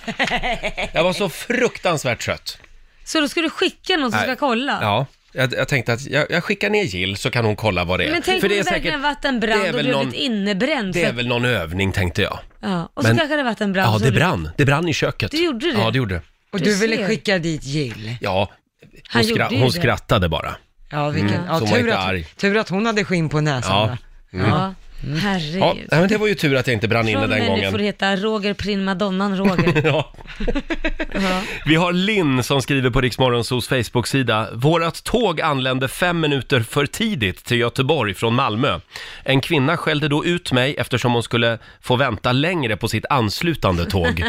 Speaker 1: Jag var så fruktansvärt trött.
Speaker 2: Så då ska du skicka någon som
Speaker 1: Nej.
Speaker 2: ska kolla?
Speaker 1: Ja, jag, jag tänkte att jag, jag skickar ner Jill så kan hon kolla vad det är.
Speaker 2: Men tänk
Speaker 1: För
Speaker 2: om
Speaker 1: det
Speaker 2: det
Speaker 1: är
Speaker 2: verkligen
Speaker 1: säkert,
Speaker 2: varit en brand
Speaker 1: det är
Speaker 2: och
Speaker 1: väl
Speaker 2: du har
Speaker 1: någon-
Speaker 2: blivit innebränd.
Speaker 1: det är
Speaker 2: för-
Speaker 1: väl någon övning tänkte jag.
Speaker 2: ja. Och
Speaker 1: Men-
Speaker 2: så kanske det varit en brand.
Speaker 1: Ja,
Speaker 2: så
Speaker 1: det
Speaker 2: du-
Speaker 1: brann. Det brann i köket.
Speaker 2: Det gjorde det?
Speaker 1: Ja, det gjorde det.
Speaker 3: Och
Speaker 2: Du
Speaker 3: du ville
Speaker 2: ser.
Speaker 3: skicka dit Jill.
Speaker 1: Ja, hon,
Speaker 2: Han gjorde
Speaker 1: skra-
Speaker 2: ju
Speaker 1: hon
Speaker 2: det.
Speaker 1: skrattade bara.
Speaker 3: Ja, vilken,
Speaker 1: Mm,
Speaker 3: ja
Speaker 1: så hon var
Speaker 3: tur,
Speaker 1: inte arg.
Speaker 3: att, tur att hon hade skinn på näsan.
Speaker 1: Ja. Mm.
Speaker 3: va? Mm.
Speaker 2: Ja. Mm.
Speaker 1: Ja,
Speaker 2: Herregud.
Speaker 1: nej, men det var ju tur att jag inte brann inne
Speaker 2: Från
Speaker 1: den
Speaker 2: människor
Speaker 1: gången.
Speaker 2: heta Roger
Speaker 1: *laughs*
Speaker 2: Primadonnan Roger.
Speaker 1: Ja.
Speaker 2: ja.
Speaker 1: Vi har Linn som skriver på Riksmorgonsos Facebook-sida. Vårat tåg anlände fem minuter för tidigt till Göteborg från Malmö. En kvinna skällde då ut mig eftersom hon skulle få vänta längre på sitt anslutande
Speaker 2: *laughs*
Speaker 1: tåg.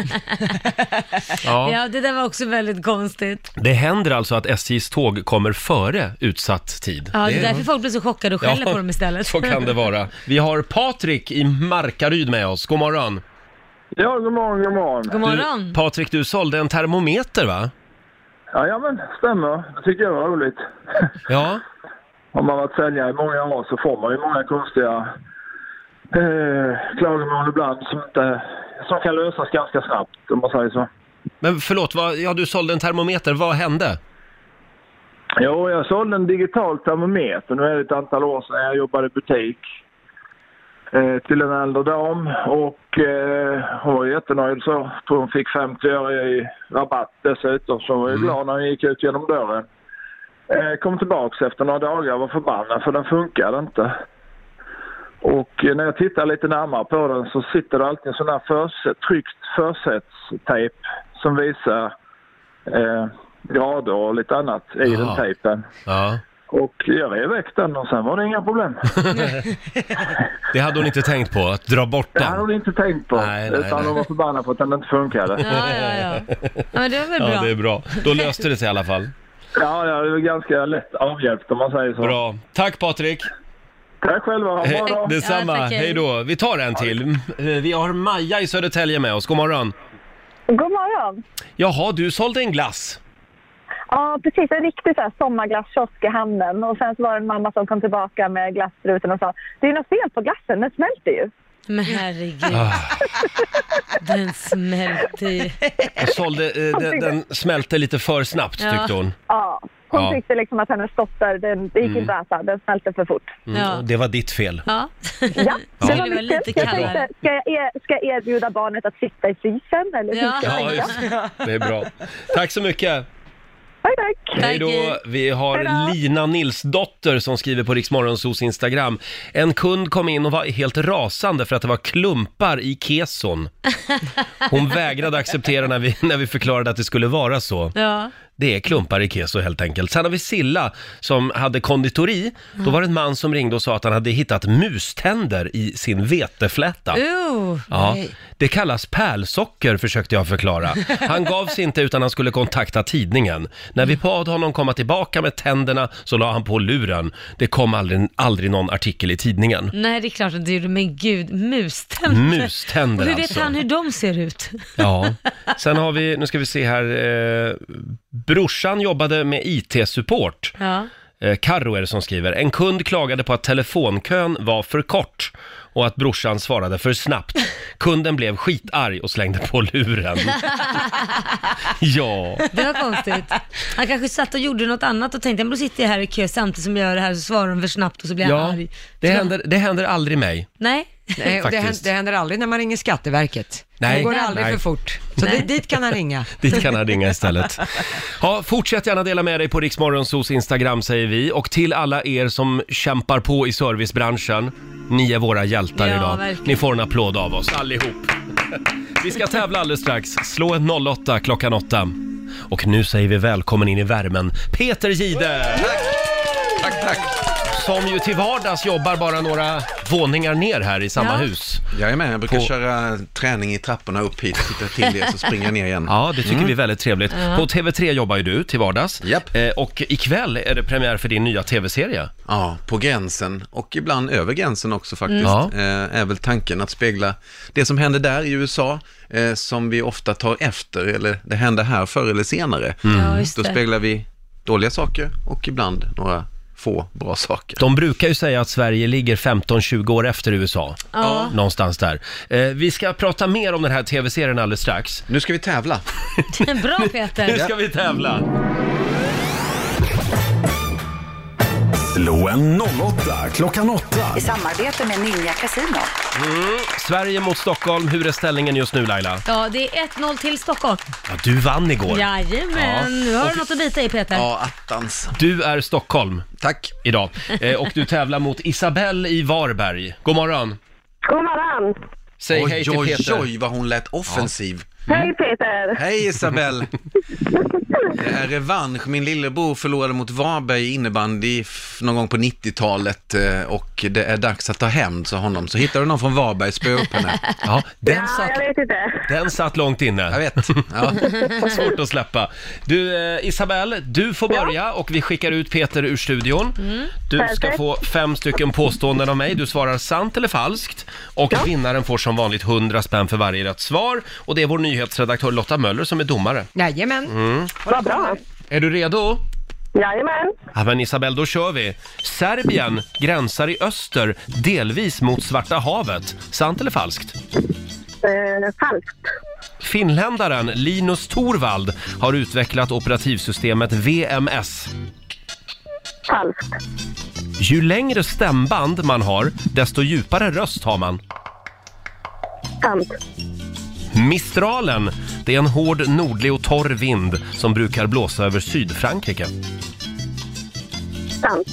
Speaker 1: Ja.
Speaker 2: ja, det där var också väldigt konstigt.
Speaker 1: Det händer alltså att SJs tåg kommer före utsatt tid.
Speaker 2: Ja, det är därför folk blir så chockade och skäller på dem istället.
Speaker 1: Så kan det vara. Vi har Patrik i Markaryd med oss. God morgon.
Speaker 10: Ja, god morgon, god morgon.
Speaker 2: God
Speaker 1: Du,
Speaker 2: morgon.
Speaker 1: Patrik, du sålde en termometer va?
Speaker 10: Jajamän, stämmer. Det tycker jag var roligt.
Speaker 1: Ja.
Speaker 10: Om man varit säljare i många år så får man ju många konstiga eh, klagomål ibland som, inte, som kan lösas ganska snabbt, om man säger så.
Speaker 1: Men förlåt, vad, ja, du sålde en termometer. Vad hände?
Speaker 10: Jo, jag sålde en digital termometer. Nu är det ett antal år sedan jag jobbade i butik eh, till en äldre dam och eh, hon var jättenöjd så. Jag tror hon fick 50 öre i rabatt dessutom så hon var ju
Speaker 1: Mm.
Speaker 10: glad när hon gick ut genom dörren. Eh, kom tillbaks efter några dagar och var förbannad för den funkade inte. Och eh, när jag tittar lite närmare på den så sitter det alltid en sån här förse, tryckt försättstejp som visar eh, grader och lite annat i
Speaker 1: Jaha.
Speaker 10: den tejpen.
Speaker 1: Ja.
Speaker 10: Och jag rev väck den och sen var det inga problem.
Speaker 1: Det hade hon inte tänkt på, att dra bort
Speaker 10: Det hade
Speaker 1: den.
Speaker 10: hon inte tänkt på.
Speaker 1: Nej, nej,
Speaker 10: utan
Speaker 1: nej.
Speaker 10: hon var förbannad på att den inte funkade.
Speaker 2: Ja, ja, ja. ja men *laughs* det var väl
Speaker 1: Ja,
Speaker 2: bra.
Speaker 1: det är bra. Då löste det sig i alla fall.
Speaker 10: Ja, ja, det var ganska lätt avhjälpt om man säger så.
Speaker 1: Bra. Tack Patrik!
Speaker 10: Tack själva, ha en bra dag.
Speaker 1: detsamma,
Speaker 2: Ja, tack, hej.
Speaker 1: hej då. Vi tar en till. Mm, eh, Vi har Maja i Södertälje med oss, god morgon.
Speaker 8: God morgon.
Speaker 1: Jaha, du sålde en glass.
Speaker 8: Ja, precis. En riktig så här sommarglasskiosk i handen. Och sen så var det en mamma som kom tillbaka med glasstruten och sa Det är något fel på glassen, den smälter ju.
Speaker 2: Men herregud,
Speaker 1: Ah.
Speaker 2: den smälte ju.
Speaker 1: Jag sålde, eh, den, den smälte lite för snabbt
Speaker 2: Ja.
Speaker 1: tyckte hon.
Speaker 8: Ja. Hon
Speaker 1: Ja.
Speaker 8: tyckte liksom att hennes dotter, den, det gick inte att äta, den smälte för fort.
Speaker 1: Mm,
Speaker 2: Ja.
Speaker 1: och det var ditt fel.
Speaker 2: Ja.
Speaker 1: Ja.
Speaker 8: Ja, det
Speaker 2: *laughs* Det
Speaker 8: var
Speaker 2: var
Speaker 8: mitt
Speaker 2: lite
Speaker 8: tips. Jag
Speaker 2: kallare.
Speaker 8: tänkte, ska jag, er, ska jag erbjuda barnet att sitta i frysen eller hur
Speaker 2: Ja.
Speaker 8: ska jag
Speaker 1: Ja,
Speaker 8: tänka?
Speaker 1: just det. Det är bra. Tack så mycket.
Speaker 8: Tack, tack.
Speaker 1: Hej då.
Speaker 2: Tack.
Speaker 1: Vi har
Speaker 8: Hej då.
Speaker 1: Lina Nilsdotter som skriver på Riksmorgonsos Instagram. En kund kom in och var helt rasande för att det var klumpar i keson. Hon *laughs* vägrade acceptera när vi, när vi förklarade att det skulle vara så.
Speaker 2: Ja.
Speaker 1: Det är klumpar i keso helt enkelt. Sen har vi Silla som hade konditori. Då var det en man som ringde och sa att han hade hittat muständer i sin vetefläta.
Speaker 2: Uh.
Speaker 1: Ja, det kallas pärlsocker försökte jag förklara.
Speaker 2: *laughs*
Speaker 1: Han gav sig inte utan han skulle kontakta tidningen. När vi bad honom komma tillbaka med tänderna så la han på luren. Det kom aldrig, aldrig någon artikel i tidningen.
Speaker 2: Nej, det är klart att det gjorde. Men gud, muständer. Mm. Och
Speaker 1: Muständer
Speaker 2: hur vet
Speaker 1: alltså.
Speaker 2: han hur de
Speaker 1: *laughs*
Speaker 2: ser ut?
Speaker 1: Ja. Sen har vi, nu ska vi se här, eh, brorsan jobbade med IT-support.
Speaker 2: Ja.
Speaker 1: Eh, Carro är det som skriver. En kund klagade på att telefonkön var för kort och att brorsan svarade för snabbt. Kunden blev skitarg och slängde på luren. *laughs* ja,
Speaker 2: Det var konstigt. Han kanske satt och gjorde något annat och tänkte, men då sitter jag här i kö samtidigt som jag gör det här, så svarar de för snabbt och så blir jag
Speaker 1: ja
Speaker 2: arg.
Speaker 1: det,
Speaker 2: Så-
Speaker 1: händer, det händer aldrig mig.
Speaker 2: Nej.
Speaker 3: Nej, och det,
Speaker 1: Faktiskt.
Speaker 3: händer, det händer aldrig när man ringer Skatteverket.
Speaker 1: Nej.
Speaker 3: Då går det aldrig
Speaker 1: Nej.
Speaker 3: för fort. Så
Speaker 2: Nej.
Speaker 3: det, dit kan han ringa.
Speaker 1: Dit kan han ringa
Speaker 2: *laughs*
Speaker 1: istället. Ja, fortsätt gärna dela med dig på Riksmorgonsos Instagram säger vi. Och till alla er som kämpar på i servicebranschen. Ni är våra hjältar
Speaker 2: Ja,
Speaker 1: idag.
Speaker 2: verkligen.
Speaker 1: Ni får en applåd av oss allihop. Vi ska tävla alldeles strax. Slå en 08 klockan 8. Och nu säger vi välkommen in i värmen. Peter Gide! Tack, tack, tack. Som ju till vardags jobbar bara några våningar ner här i samma
Speaker 11: Ja.
Speaker 1: hus.
Speaker 11: Jag är med, jag brukar
Speaker 1: På-
Speaker 11: köra träning i trapporna upp hit, titta till det, så springer jag ner igen.
Speaker 1: Ja, det tycker
Speaker 11: Mm.
Speaker 1: vi är väldigt trevligt.
Speaker 11: Ja.
Speaker 1: På TV3 jobbar ju du till vardags. Eh, och ikväll är det premiär för din nya TV-serie.
Speaker 11: Ja, på gränsen och ibland över gränsen också faktiskt.
Speaker 1: Mm.
Speaker 11: Eh, är väl tanken att spegla det som händer där i USA, eh, som vi ofta tar efter, eller det händer här förr eller senare.
Speaker 1: Mm. Ja, just
Speaker 11: Då
Speaker 1: det.
Speaker 11: speglar vi dåliga saker och ibland några få bra saker.
Speaker 1: De brukar ju säga att Sverige ligger 15-20 år efter USA.
Speaker 11: Ja.
Speaker 1: Någonstans där. Eh, vi ska prata mer om den här TV-serien alldeles strax.
Speaker 11: Nu ska vi tävla.
Speaker 2: Bra Peter!
Speaker 1: nu ska vi tävla.
Speaker 6: Slå en 08 klockan 8.
Speaker 7: I samarbete med Ninja Casino.
Speaker 1: Mm. Sverige mot Stockholm, hur är ställningen just nu Laila?
Speaker 2: Ja, det är 1-0 till Stockholm.
Speaker 1: Ja, du vann igår. Ja.
Speaker 2: Jajamän, nu har
Speaker 1: Och-
Speaker 2: du något att bita i Peter.
Speaker 11: attans.
Speaker 1: Du är Stockholm.
Speaker 11: Tack.
Speaker 1: Idag. Eh, och du tävlar mot Isabelle i Varberg. God morgon.
Speaker 12: God morgon!
Speaker 1: Säg
Speaker 11: oj,
Speaker 1: hej till
Speaker 11: oj,
Speaker 1: Peter.
Speaker 11: Oj, vad hon lät offensiv.
Speaker 12: Hej Peter!
Speaker 11: Hej Isabel! Det är revansch. Min lillebror förlorade mot Varberg i innebandy f- någon gång på 90-talet eh, och det är dags att ta hämnd, sa honom. Så hittar du någon från Varberg, spö upp henne.
Speaker 1: *laughs* Ja, den
Speaker 12: Ja, jag vet inte.
Speaker 1: Den satt långt inne. Jag
Speaker 11: vet.
Speaker 1: *laughs*
Speaker 11: Ja.
Speaker 1: Svårt att släppa. Du, eh, Isabelle, du får börja och vi skickar ut Peter ur studion.
Speaker 2: Mm.
Speaker 1: Du ska
Speaker 2: Perfekt.
Speaker 1: få fem stycken påståenden av mig. Du svarar sant eller falskt. Och vinnaren får som vanligt 100 spänn för varje rätt svar. Och det är vår nyhetsredaktör Lotta Möller som är domare.
Speaker 3: Jajamän.
Speaker 1: Mm.
Speaker 12: Vad bra!
Speaker 1: Är du redo?
Speaker 12: Jajamän!
Speaker 1: Ja, men Isabelle, då kör vi. Serbien gränsar i öster delvis mot Svarta havet. Sant eller falskt?
Speaker 12: Eh, falskt.
Speaker 1: Finländaren Linus Torvald har utvecklat operativsystemet VMS.
Speaker 12: Falskt.
Speaker 1: Ju längre stämband man har, desto djupare röst har man.
Speaker 12: Sant.
Speaker 1: Mistralen, det är en hård nordlig och torr vind som brukar blåsa över Sydfrankrike.
Speaker 12: Sant.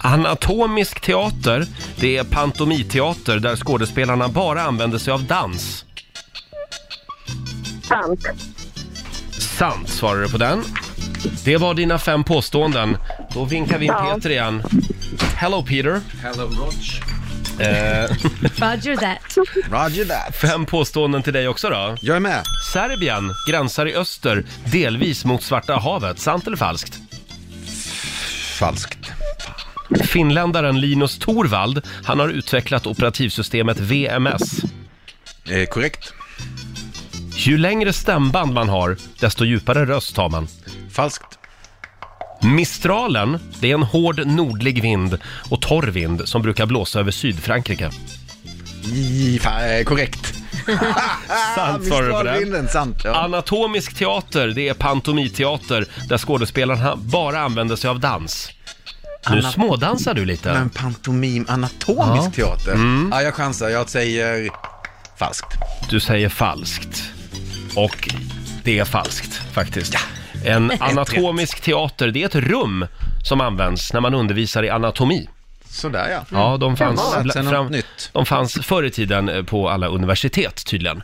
Speaker 1: Anatomisk teater, det är pantomiteater där skådespelarna bara använder sig av dans.
Speaker 12: Sant.
Speaker 1: Sant svarar du på den. Det var dina fem påståenden. Då vinkar vi in
Speaker 2: Ja.
Speaker 1: Peter igen. Hello Peter.
Speaker 11: Hello Roger.
Speaker 1: Eh, *laughs*
Speaker 2: Roger that.
Speaker 11: Roger that.
Speaker 1: Fem påståenden till dig också då.
Speaker 11: Jag är med.
Speaker 1: Serbien gränsar i öster, delvis mot Svarta havet. Sant eller falskt?
Speaker 11: Falskt.
Speaker 1: Finländaren Linus Torvald, han har utvecklat operativsystemet VMS.
Speaker 11: Eh, korrekt.
Speaker 1: Ju längre stämband man har, desto djupare röst har man.
Speaker 11: Falskt.
Speaker 1: Mistralen, det är en hård nordlig vind och torr vind som brukar blåsa över Sydfrankrike.
Speaker 11: I, fa- eh, korrekt.
Speaker 1: *laughs* Sant svarar du på
Speaker 11: Mistralvinden,
Speaker 1: det. Anatomisk teater, det är pantomiteater där skådespelarna bara använder sig av dans. Nu
Speaker 11: Anna-
Speaker 1: smådansar du lite.
Speaker 11: Men pantomim, anatomisk
Speaker 1: Ja.
Speaker 11: teater.
Speaker 1: Mm.
Speaker 11: Ja, jag chansar. Jag säger falskt.
Speaker 1: Du säger falskt. Och det är falskt faktiskt.
Speaker 11: *laughs*
Speaker 1: En
Speaker 11: Ett
Speaker 1: anatomisk teater, det är ett rum som används när man undervisar i anatomi.
Speaker 11: Sådär ja.
Speaker 1: Ja, de fanns,
Speaker 11: Mm. Jaha.
Speaker 1: bla-
Speaker 11: Sen något
Speaker 1: fram,
Speaker 11: nytt.
Speaker 1: de fanns förr i tiden eh, på alla universitet tydligen.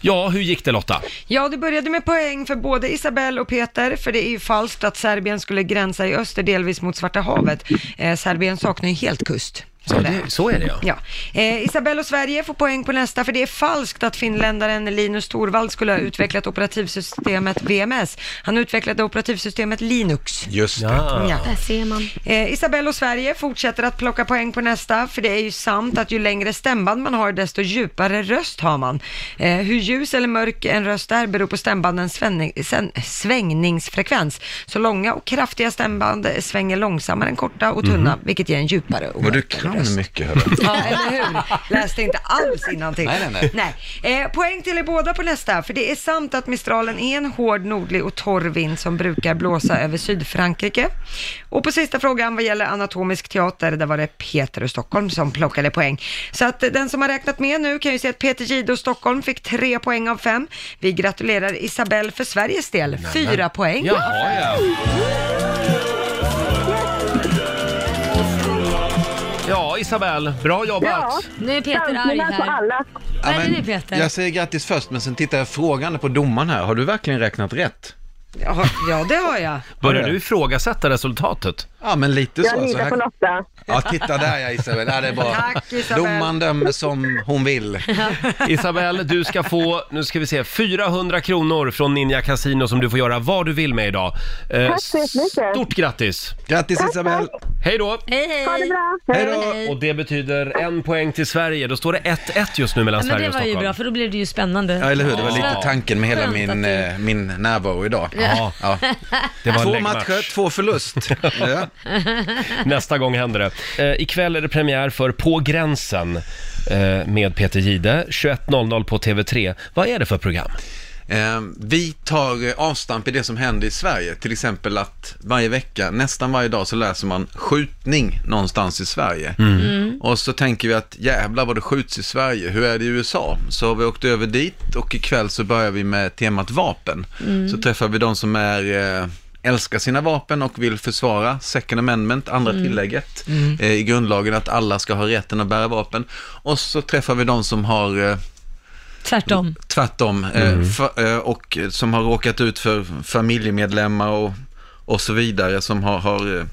Speaker 1: Ja, hur gick det Lotta?
Speaker 3: Ja, det började med poäng för både Isabel och Peter, för det är ju falskt att Serbien skulle gränsa i öster delvis mot Svarta havet. Eh, Serbien saknar ju helt kust.
Speaker 1: Så, det, så är det ja.
Speaker 3: Ja. Eh, Isabel och Sverige får poäng på nästa, för det är falskt att finländaren Linus Torvald skulle ha utvecklat operativsystemet VMS. Han utvecklade operativsystemet Linux.
Speaker 11: Just
Speaker 1: det.
Speaker 3: Ja.
Speaker 2: Där ser man.
Speaker 3: Eh, Isabel och Sverige fortsätter att plocka poäng på nästa, för det är ju sant att ju längre stämband man har, desto djupare röst har man. Eh, hur ljus eller mörk en röst är beror på stämbandens svängning, sen, svängningsfrekvens. Så långa och kraftiga stämband svänger långsammare än korta och tunna,
Speaker 11: Mhm.
Speaker 3: vilket ger en djupare och
Speaker 11: Och du
Speaker 3: mörkare röst.
Speaker 11: kan mycket, hörru.
Speaker 3: Ja, eller hur? Läste inte alls innantill.
Speaker 11: Nej, nej,
Speaker 3: nej. Eh, poäng till er båda på nästa, för det är sant att mistralen är en hård nordlig och torr vind som brukar blåsa över Sydfrankrike. Och på sista frågan vad gäller anatomisk teater, där var det Peter och Stockholm som plockade poäng. Så att eh, den som har räknat med nu kan ju se att Peter Gide och Stockholm fick tre poäng av fem. Vi gratulerar Isabelle för Sveriges del, fyra poäng.
Speaker 1: Jaha, ja. Ja, Isabel, bra jobbat.
Speaker 2: Nu är Peter arg
Speaker 12: Chansningar på
Speaker 2: här.
Speaker 12: alla.
Speaker 2: Vad är det
Speaker 11: men
Speaker 2: nu Peter?
Speaker 11: Jag säger grattis först, men sen tittar jag frågande på domaren här. Har du verkligen räknat rätt?
Speaker 3: Ja, det har jag.
Speaker 1: Börjar du ifrågasätta resultatet?
Speaker 11: Ja, men lite så.
Speaker 12: jag
Speaker 11: så
Speaker 12: litar
Speaker 11: här-
Speaker 12: på Lotta.
Speaker 11: Ja, titta där ja, Isabel. Ja, det är bra.
Speaker 12: Tack, Isabel.
Speaker 11: Domaren dömer som
Speaker 1: *laughs*
Speaker 11: hon vill.
Speaker 1: Isabel, du ska få, nu ska vi se, 400 kronor från Ninja Casino som du får göra vad du vill med idag. Eh,
Speaker 12: Tack så jättemycket.
Speaker 1: Stort grattis!
Speaker 11: Grattis Isabel!
Speaker 1: Hej då!
Speaker 2: Hej, hej.
Speaker 12: Ha det bra.
Speaker 1: Hej då! Och det betyder en poäng till Sverige. Då står det 1-1 just nu mellan
Speaker 2: Ja, men
Speaker 1: Sverige
Speaker 2: det
Speaker 1: och
Speaker 2: var ju
Speaker 1: Stockholm.
Speaker 2: bra, för då blev det ju spännande.
Speaker 11: Ja, eller hur? Det var lite
Speaker 2: Skönt.
Speaker 11: tanken med hela
Speaker 2: Skönt att
Speaker 11: min,
Speaker 2: du-
Speaker 11: eh, min närvaro idag.
Speaker 2: Ja. *laughs*
Speaker 1: Det var en
Speaker 11: två
Speaker 1: läggmatch.
Speaker 11: matcher, två förlust.
Speaker 1: *laughs*
Speaker 11: ja.
Speaker 1: Nästa gång händer det. Eh, ikväll är det premiär för På gränsen eh, med Peter Gide. 21.00 på TV3. Vad är det för program?
Speaker 11: Eh, Vi tar eh, avstamp i det som händer i Sverige. Till exempel att varje vecka, nästan varje dag, så läser man skjutning någonstans i Sverige.
Speaker 13: Mm.
Speaker 11: Och så tänker vi att jävlar vad det skjuts i Sverige. Hur är det i USA? Så vi åkte över dit och ikväll så börjar vi med temat vapen.
Speaker 13: Mm.
Speaker 11: Så träffar vi de som är eh, älskar sina vapen och vill försvara second amendment, andra
Speaker 13: Mm.
Speaker 11: tillägget
Speaker 13: Mm.
Speaker 11: eh, i grundlagen att alla ska ha rätten att bära vapen. Och så träffar vi de som har eh,
Speaker 2: Tvärtom.
Speaker 11: Tvärtom. eh,
Speaker 2: Mm.
Speaker 11: fa- eh, och som har råkat ut för familjemedlemmar och, och så vidare som har, har eh,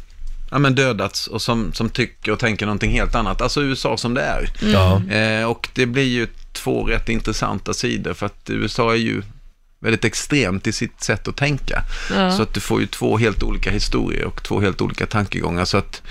Speaker 11: ja, men dödats och som, som tycker och tänker någonting helt annat. Alltså USA som det är.
Speaker 1: Ja.
Speaker 11: Eh, och det blir ju två rätt intressanta sidor för att USA är ju väldigt extremt i sitt sätt att tänka.
Speaker 13: Ja.
Speaker 11: Så att du får ju två helt olika historier och två helt olika tankegångar. Så att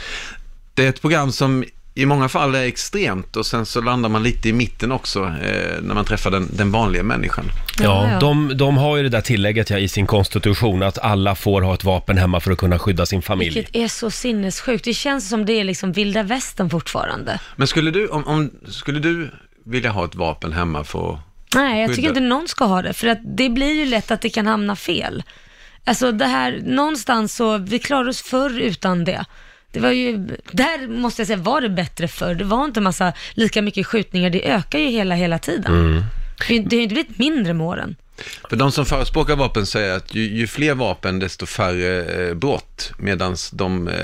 Speaker 11: det är ett program som i många fall är extremt och sen så landar man lite i mitten också eh, när man träffar den, den vanliga människan.
Speaker 1: Ja, de, de har ju det där tillägget ja, i sin konstitution att alla får ha ett vapen hemma för att kunna skydda sin familj.
Speaker 2: Vilket är så sinnessjukt. Det känns som det är liksom vilda västern fortfarande.
Speaker 11: Men skulle du, om, om, skulle du vilja ha ett vapen hemma för att
Speaker 2: Nej, jag
Speaker 11: skydda
Speaker 2: tycker inte
Speaker 11: dig?
Speaker 2: någon ska ha det, för att det blir ju lätt att det kan hamna fel. Alltså det här, någonstans så, vi klarade oss förr utan det. Det var ju, där måste jag säga, var det bättre förr? Det var inte massa, lika mycket skjutningar, det ökar ju hela, hela tiden.
Speaker 1: Mm.
Speaker 2: Det, det har ju inte blivit mindre med åren.
Speaker 11: För de som förespråkar vapen säger att ju, ju fler vapen desto färre eh, brott, medan de, eh,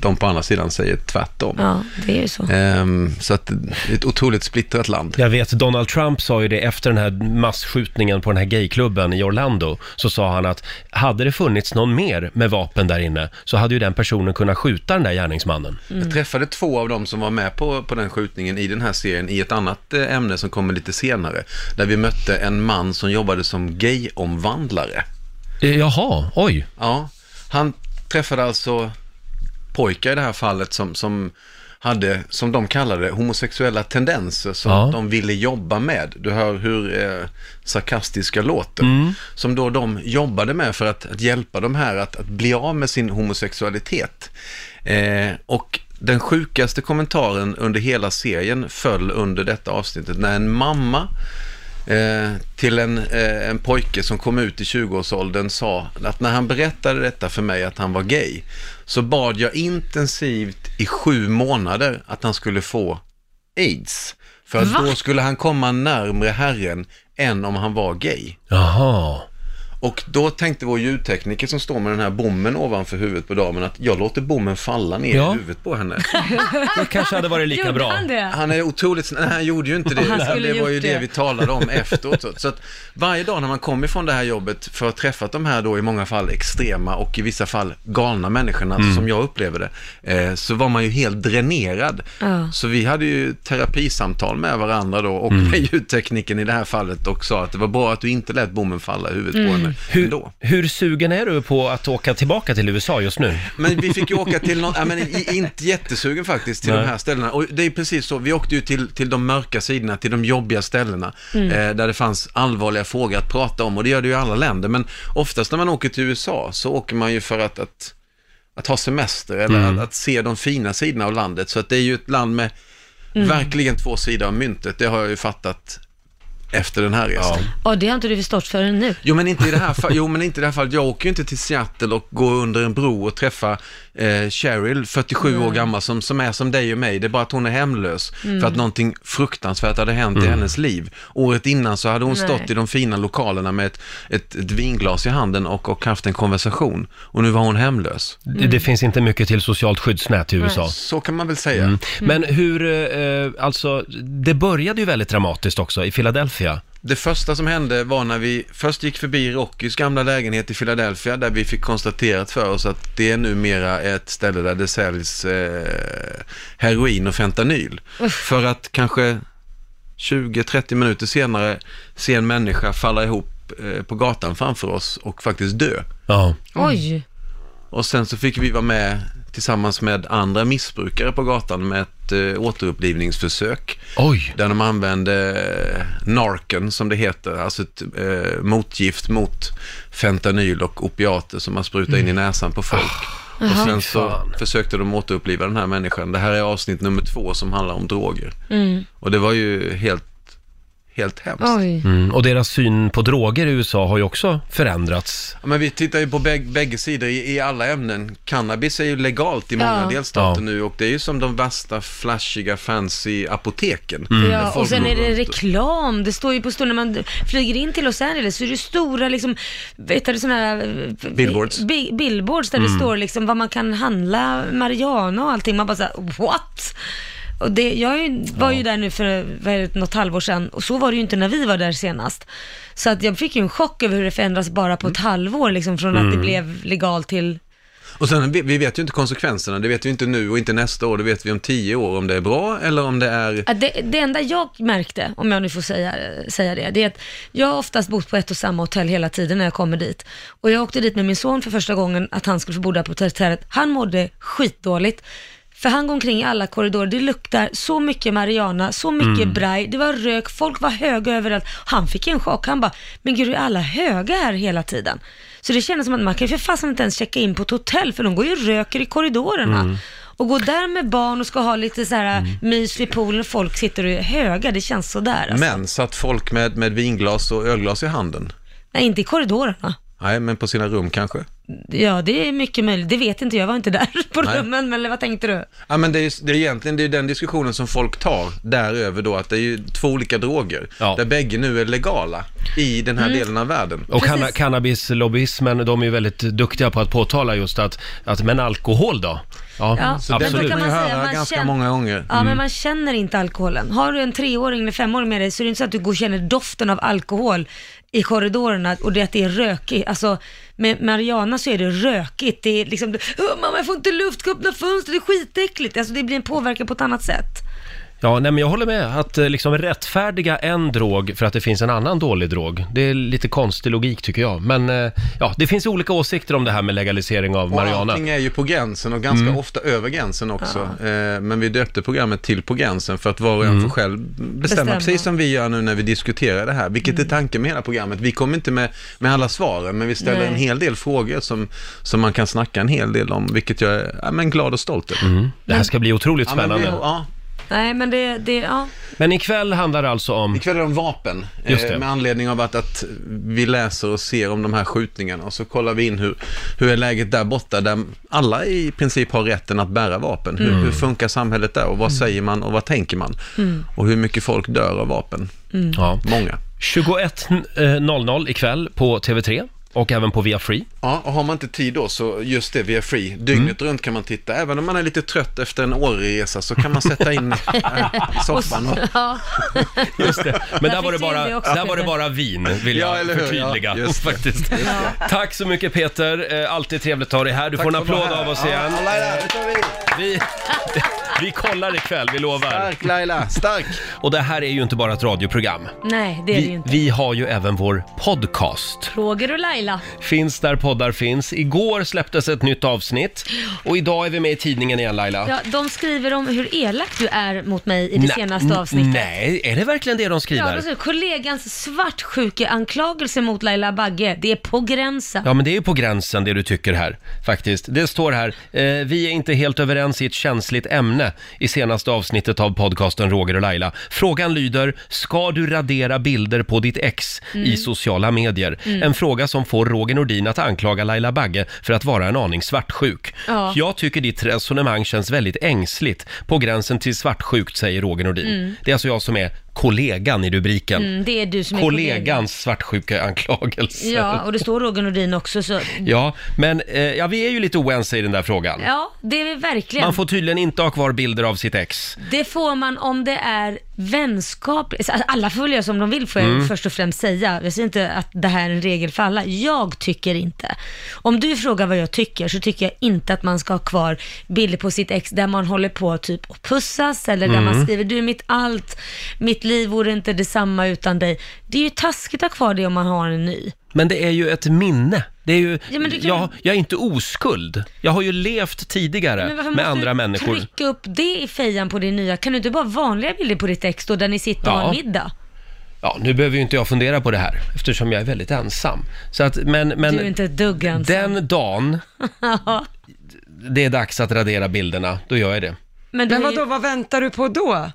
Speaker 11: de på andra sidan säger tvärtom.
Speaker 2: Ja, det är ju så.
Speaker 11: Ehm, så att det är ett otroligt splittrat land.
Speaker 1: Jag vet, Donald Trump sa ju det efter den här massskjutningen på den här gayklubben i Orlando. Så sa han att hade det funnits någon mer med vapen där inne så hade ju den personen kunnat skjuta den där gärningsmannen.
Speaker 11: Jag träffade två av dem som var med på, på den skjutningen i den här serien i ett annat eh, ämne som kommer lite senare. Där vi mötte en man som jobbade som gayomvandlare.
Speaker 1: Eh, Jaha, oj.
Speaker 11: Ja, han träffade alltså pojkar i det här fallet som, som hade, som de kallade det, homosexuella tendenser som
Speaker 1: Ja.
Speaker 11: de ville jobba med. Du hör hur eh, sarkastiska låter.
Speaker 2: *laughs*
Speaker 1: Mm.
Speaker 11: Som då de jobbade med för att, att hjälpa de här att, att bli av med sin homosexualitet. Eh, och den sjukaste kommentaren under hela serien föll under detta avsnittet när en mamma eh, till en, eh, en pojke som kom ut i 20-årsåldern sa att när han berättade detta för mig att han var gay så bad jag intensivt i sju månader att han skulle få aids. För att
Speaker 13: Va?
Speaker 11: då skulle han komma närmre Herren än om han var gay.
Speaker 1: Jaha.
Speaker 11: Och då tänkte vår ljudtekniker som står med den här bommen ovanför huvudet på damen att jag låter bommen falla ner
Speaker 1: Ja.
Speaker 11: i huvudet på henne.
Speaker 1: Det kanske hade varit lika
Speaker 2: Gjorde
Speaker 1: bra.
Speaker 2: han det?
Speaker 11: Han är otroligt snäll. Nej, han gjorde ju inte det.
Speaker 2: Han
Speaker 11: utan
Speaker 2: skulle
Speaker 11: det var ju
Speaker 2: gjort
Speaker 11: det.
Speaker 2: det.
Speaker 11: vi talade om efteråt. Så- Så att varje dag när man kommer ifrån det här jobbet för att ha träffat de här då i många fall extrema och i vissa fall galna människorna
Speaker 13: Mm.
Speaker 11: som jag upplever det, eh, så var man ju helt dränerad.
Speaker 13: Ja.
Speaker 11: Så vi hade ju terapisamtal med varandra då och *laughs* med ljudtekniken i det här fallet och sa att det var bra att du inte lät bommen falla i huvudet på
Speaker 1: Mm.
Speaker 11: henne.
Speaker 1: Hur, hur sugen är du på att åka tillbaka till USA just nu?
Speaker 11: Men vi fick ju åka till någon, ja, men i- inte jättesugen faktiskt till
Speaker 1: Nej.
Speaker 11: de här ställena. Och det är precis så, vi åkte ju till, till de mörka sidorna, till de jobbiga ställena,
Speaker 13: Mm.
Speaker 11: eh, där det fanns allvarliga frågor att prata om. Och det gör det ju i alla länder, men oftast när man åker till USA så åker man ju för att, att, att ha semester eller
Speaker 13: Mm.
Speaker 11: att, att se de fina sidorna av landet. Så att det är ju ett land med
Speaker 2: Mm.
Speaker 11: verkligen två sidor av myntet, det har jag ju fattat efter den här resan.
Speaker 2: Ja, det har inte du förstått förrän
Speaker 1: Mm.
Speaker 2: nu.
Speaker 11: Jo men, inte i det här fall, jo men inte i det här fallet. Jag åker ju inte till Seattle och går under en bro och träffar eh, Cheryl, 47 år gammal, som, som är som dig och mig. Det är bara att hon är hemlös
Speaker 13: Mm.
Speaker 11: för att någonting fruktansvärt hade hänt
Speaker 1: Mm.
Speaker 11: i hennes liv. Året innan så hade hon
Speaker 13: Nej.
Speaker 11: stått i de fina lokalerna med ett, ett, ett vinglas i handen och, och haft en konversation. Och nu var hon hemlös.
Speaker 1: Det,
Speaker 13: Mm.
Speaker 1: det finns *laughs* inte mycket till socialt skyddsnät i USA. Mm.
Speaker 11: Så kan man väl säga. Mm.
Speaker 1: Men hur, eh, alltså, det började ju väldigt dramatiskt också i Philadelphia
Speaker 11: Det första som hände var när vi först gick förbi Rockys gamla lägenhet i Philadelphia där vi fick konstaterat för oss att det är numera ett ställe där det säljs eh, heroin och fentanyl. För att kanske 20-30 minuter senare se en människa falla ihop eh, på gatan framför oss och faktiskt dö.
Speaker 1: Ja.
Speaker 2: Oj.
Speaker 11: Och sen så fick vi vara med tillsammans med andra missbrukare på gatan med ett eh, återupplivningsförsök.
Speaker 1: Oj.
Speaker 11: Där de använde eh, Narcan som det heter, alltså ett eh, motgift mot fentanyl och opiater som man sprutar in i näsan på folk.
Speaker 2: Jaha.
Speaker 11: Och sen så försökte de återuppliva den här människan. Det här är avsnitt nummer två som handlar om droger.
Speaker 2: Mm.
Speaker 11: Och det var ju helt, helt hemskt.
Speaker 2: Oj.
Speaker 1: Mm, och deras syn på droger i USA har ju också förändrats.
Speaker 11: Ja, Men vi tittar ju på bäg, bägge sidor i, i alla ämnen. Cannabis är ju legalt i många
Speaker 2: Ja.
Speaker 11: delstater
Speaker 1: Ja.
Speaker 11: nu och det är ju som de värsta flashiga fancy apoteken.
Speaker 1: Mm.
Speaker 11: Där
Speaker 2: Ja,
Speaker 11: folk
Speaker 2: och sen
Speaker 11: går
Speaker 2: är det
Speaker 11: runt
Speaker 2: reklam. Det står ju på stol när man flyger in till Los Angeles så är det stora liksom, vet du, sådana här... eh,
Speaker 11: Billboards.
Speaker 2: bi- billboards där
Speaker 11: Mm.
Speaker 2: det står liksom vad man kan handla, marijuana och allting. Man bara såhär, what? Och det, jag är ju- var ju där nu för vad är det, något halvår sedan och så var det ju inte när vi var där senast. Så att jag fick ju en chock över hur det förändras bara på ett halvår liksom från att det
Speaker 11: Mm.
Speaker 2: blev legalt till
Speaker 11: Och sen, vi, vi vet ju inte konsekvenserna, det vet vi inte nu och inte nästa år, det vet vi om tio år om det är bra eller om det är...
Speaker 2: Ja, Det, det enda jag märkte, om jag nu får säga, säga det, det är att jag har oftast bott på ett och samma hotell hela tiden när jag kommer dit. Och jag åkte dit med min son för första gången, att han skulle få bo där på hotellet. Han mådde skitdåligt. För han går omkring i alla korridorer, det luktar så mycket marijuana, så mycket
Speaker 13: Mm.
Speaker 2: braj, det var rök, folk var höga överallt. Han fick en chock, han bara, men gud är alla höga här hela tiden? Så det kändes som att man kan ju för fasen inte ens checka in på ett hotell, för de går ju och röker i korridorerna.
Speaker 13: Mm.
Speaker 2: Och gå där med barn och ska ha lite så här
Speaker 11: Mm.
Speaker 2: mys vid poolen och folk sitter och är höga, det känns sådär alltså.
Speaker 11: Men satt folk med, med vinglas och ölglas i handen?
Speaker 2: Nej, inte i korridorerna.
Speaker 11: Nej, men på sina rum kanske?
Speaker 2: Ja, det är mycket möjligt. Det vet inte jag, jag var inte där *laughs* på
Speaker 11: Nej.
Speaker 2: rummen, men eller vad tänkte du?
Speaker 11: Ja, men det är, ju- det är egentligen det är den diskussionen som folk tar däröver då, att det är ju två olika droger, där bägge nu är legala i den här
Speaker 1: Mm.
Speaker 11: delen av världen.
Speaker 1: Och canna- cannabislobbyismen, de är ju väldigt duktiga på att påtala just att, att men alkohol då? Ja,
Speaker 2: Ja, så
Speaker 1: absolut.
Speaker 2: den
Speaker 1: Mm.
Speaker 2: brukar man säga, man känner-
Speaker 11: gånger.
Speaker 2: Ja, men man känner inte alkoholen. Har du en treåring eller femåring med dig så är det inte så att du går och känner doften av alkohol i korridorerna och det att det är rökigt. Alltså, med Mariana så är det rökigt. Det är liksom, "Åh, mamma jag får inte luft, ska öppna fönstret, det är skitäckligt. Alltså det blir en påverkan på ett annat sätt.
Speaker 1: Ja, nej, men jag håller med. Att eh, liksom rättfärdiga en drog för att det finns en annan dålig drog, det är lite konstig logik tycker jag. Men eh, ja, det finns olika åsikter om det här med legalisering av
Speaker 11: Och
Speaker 1: marijuana.
Speaker 11: allting är ju på gränsen och ganska
Speaker 1: Mm.
Speaker 11: ofta över gränsen också. Eh, Men vi döpte programmet till På gränsen för att var och
Speaker 1: Mm.
Speaker 11: en får själv bestämma,
Speaker 1: Bestämma.
Speaker 11: precis som vi gör nu när vi diskuterar det här, vilket är tanken med hela programmet. Vi kommer inte med, med alla svaren, men vi ställer
Speaker 2: Nej.
Speaker 11: en hel del frågor som, som man kan snacka en hel del om, vilket jag är ja, men glad och stolt över.
Speaker 1: Mm. Det här ska bli otroligt
Speaker 11: Ja, men vi-
Speaker 1: spännande.
Speaker 11: ja.
Speaker 2: Nej, men det, det ja.
Speaker 1: Men ikväll handlar det alltså om...
Speaker 11: Ikväll är det om vapen. Eh,
Speaker 1: Just det.
Speaker 11: Med anledning av att, att vi läser och ser om de här skjutningarna och så kollar vi in hur, hur är läget där borta där alla i princip har rätten att bära vapen. Hur,
Speaker 1: Mm.
Speaker 11: hur funkar samhället där och vad säger man och vad tänker man?
Speaker 14: Mm.
Speaker 11: Och hur mycket folk dör av vapen?
Speaker 1: Mm. Ja.
Speaker 11: Många.
Speaker 1: 21.00 eh, ikväll på TV3 och även på Via Free.
Speaker 11: Ja, och har man inte tid då så just det, via Free, dygnet
Speaker 1: Mm.
Speaker 11: runt kan man titta. Även om man är lite trött efter en årresa så kan man sätta in eh, soffan och
Speaker 2: *laughs* Ja.
Speaker 1: *laughs* Just det. Men
Speaker 2: Där
Speaker 1: där var det
Speaker 2: fick du in
Speaker 1: bara,
Speaker 2: det också,
Speaker 1: där var det
Speaker 2: Peter.
Speaker 1: bara vin, vill jag
Speaker 11: Ja, eller hur? Ja,
Speaker 1: förtydliga.
Speaker 11: just det.
Speaker 1: faktiskt. Tack så mycket Peter, Eh, alltid trevligt att ha dig här. Du
Speaker 11: Tack
Speaker 1: får en
Speaker 11: för att vara
Speaker 1: applåd
Speaker 11: här.
Speaker 1: av oss
Speaker 11: Ja,
Speaker 1: igen.
Speaker 11: Laila, nu
Speaker 1: vi. *laughs* Vi kollar ikväll, vi lovar. Stark
Speaker 11: Laila, stark!
Speaker 1: Och det här är ju inte bara ett radioprogram.
Speaker 2: Nej, det är det ju
Speaker 1: Vi,
Speaker 2: inte.
Speaker 1: vi har ju även vår podcast.
Speaker 2: Roger och Laila.
Speaker 1: Finns där poddar finns. Igår släpptes ett nytt avsnitt och idag är vi med i tidningen igen Laila.
Speaker 2: Ja, de skriver om hur elak du är mot mig i det
Speaker 1: Nej, n-
Speaker 2: senaste avsnittet.
Speaker 1: Nej, är det verkligen det de
Speaker 2: Ja,
Speaker 1: skriver?
Speaker 2: då ska- kollegans svartsjukeanklagelse mot Laila Bagge, det är på gränsen.
Speaker 1: Ja, men det är ju på gränsen det du tycker här, faktiskt. Det står här, eh, vi är inte helt överens i ett känsligt ämne i senaste avsnittet av podcasten Roger och Laila. Frågan lyder, ska du radera bilder på ditt ex
Speaker 13: Mm.
Speaker 1: i sociala medier?
Speaker 13: Mm.
Speaker 1: En fråga som får Roger Nordin att anklaga Laila Bagge för att vara en aning svartsjuk.
Speaker 13: Ja.
Speaker 1: Jag tycker ditt resonemang känns väldigt ängsligt, på gränsen till svartsjukt, säger Roger Nordin.
Speaker 2: Mm.
Speaker 1: Det är alltså jag som är kollegan i rubriken.
Speaker 2: Mm, det är du som är kollegan.
Speaker 1: Kollegans svartsjukeanklagelse.
Speaker 2: Ja, och det står Roger Nordin också så...
Speaker 1: Ja, men eh, ja, vi är ju lite oense i den där frågan.
Speaker 2: Ja, det är vi verkligen.
Speaker 1: Man får tydligen inte ha kvar bilder av sitt ex.
Speaker 2: Det får man om det är vänskap, alltså, alla får väl göra som de vill får jag
Speaker 13: Mm.
Speaker 2: först och främst säga. Jag säger inte att det här är en regel för alla. Jag tycker inte. Om du frågar vad jag tycker så tycker jag inte att man ska ha kvar bilder på sitt ex där man håller på typ och pussas eller där
Speaker 13: Mm.
Speaker 2: man skriver du är mitt allt, mitt liv vore inte detsamma utan dig. Det är ju taskigt att ha kvar det om man har en ny.
Speaker 1: Men det är ju ett minne. Det är ju,
Speaker 2: Ja, men du kan-
Speaker 1: jag, jag är inte oskuld. Jag har ju levt tidigare
Speaker 2: Men varför
Speaker 1: med
Speaker 2: måste
Speaker 1: andra
Speaker 2: du
Speaker 1: människor.
Speaker 2: trycka upp det i fejan på din nya? Kan du inte bara ha vanliga bilder på ditt ex då, där ni sitter och har
Speaker 1: Ja.
Speaker 2: middag?
Speaker 1: Ja, nu behöver ju inte jag fundera på det här eftersom jag är väldigt ensam. Så att, men, men
Speaker 2: Du är inte ett dugg ensam.
Speaker 1: den dagen
Speaker 3: *laughs*
Speaker 2: Ja.
Speaker 1: det är dags att radera bilderna, då gör jag det.
Speaker 2: Men,
Speaker 3: vadå, vad väntar du på då?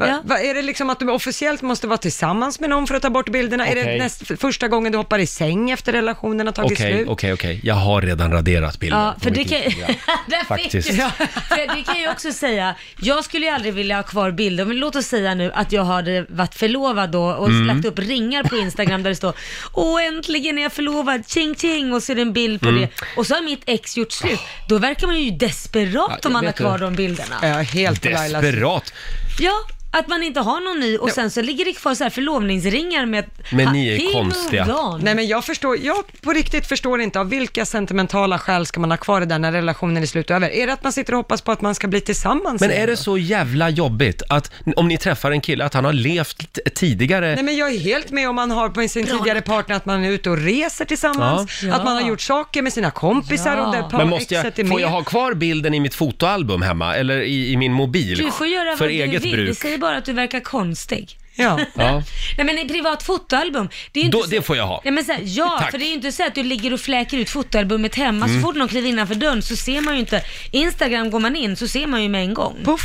Speaker 3: Va, va, är det liksom att du officiellt måste vara tillsammans med någon för att ta bort bilderna? Är det
Speaker 1: Okej.
Speaker 3: näst, första gången du hoppar i säng efter relationen har tagit
Speaker 1: Okej,
Speaker 3: slut?
Speaker 1: okej, okej. Jag har redan raderat bilden.
Speaker 2: Ja, för
Speaker 1: på
Speaker 2: det
Speaker 1: mitt
Speaker 2: kan,
Speaker 1: Instagram.
Speaker 2: *laughs* Där fick
Speaker 1: Faktiskt.
Speaker 2: du. För det kan jag ju också säga, jag skulle ju aldrig vilja ha kvar bilder, men låt oss säga nu att jag hade varit förlovad då och
Speaker 13: Mm.
Speaker 2: lagt upp ringar på Instagram där det står Åh äntligen är jag förlovad, tjing tjing och så är det en bild på
Speaker 1: Mm.
Speaker 2: det. Och så har mitt ex gjort slut. Då verkar man ju desperat
Speaker 1: Ja, jag
Speaker 2: om man har
Speaker 1: vet
Speaker 2: kvar
Speaker 1: det.
Speaker 2: de bilderna.
Speaker 3: helt på Lailas-
Speaker 1: Desperat.
Speaker 2: Ja, att man inte har någon ny och sen så ligger det kvar så här förlovningsringar med att,
Speaker 1: Men
Speaker 2: "Ha,
Speaker 1: ni är
Speaker 2: he
Speaker 1: konstiga."
Speaker 2: moved on.
Speaker 3: Nej men jag förstår, jag på riktigt förstår inte av vilka sentimentala skäl ska man ha kvar det där när relationen är slut och över? Är det att man sitter och hoppas på att man ska bli tillsammans
Speaker 1: Men
Speaker 3: igen
Speaker 1: är
Speaker 3: då?
Speaker 1: det så jävla jobbigt att om ni träffar en kille att han har levt t- tidigare
Speaker 3: Nej men jag är helt med om man har på sin tidigare partner att man är ute och reser tillsammans,
Speaker 1: Ja.
Speaker 3: att man har gjort saker med sina kompisar och där par
Speaker 1: Men måste jag,
Speaker 3: exet är med.
Speaker 1: får jag ha kvar bilden i mitt fotoalbum hemma eller i, i min mobil?
Speaker 2: Du får göra
Speaker 1: för
Speaker 2: vad du
Speaker 1: eget
Speaker 2: vill, det
Speaker 1: bruk.
Speaker 2: säger bara att du verkar konstig. *laughs*
Speaker 3: Ja.
Speaker 1: Ja.
Speaker 2: Nej men ett privat fotoalbum, det är ju
Speaker 1: Då,
Speaker 2: inte så...
Speaker 1: det får jag ha.
Speaker 2: Nej, men så här, ja,
Speaker 1: Tack.
Speaker 2: för det är ju inte så att du ligger och fläker ut fotoalbumet hemma.
Speaker 1: Mm.
Speaker 2: Så fort någon kliver innanför dörren så ser man ju inte. Instagram går man in så ser man ju med en gång.
Speaker 3: Puff.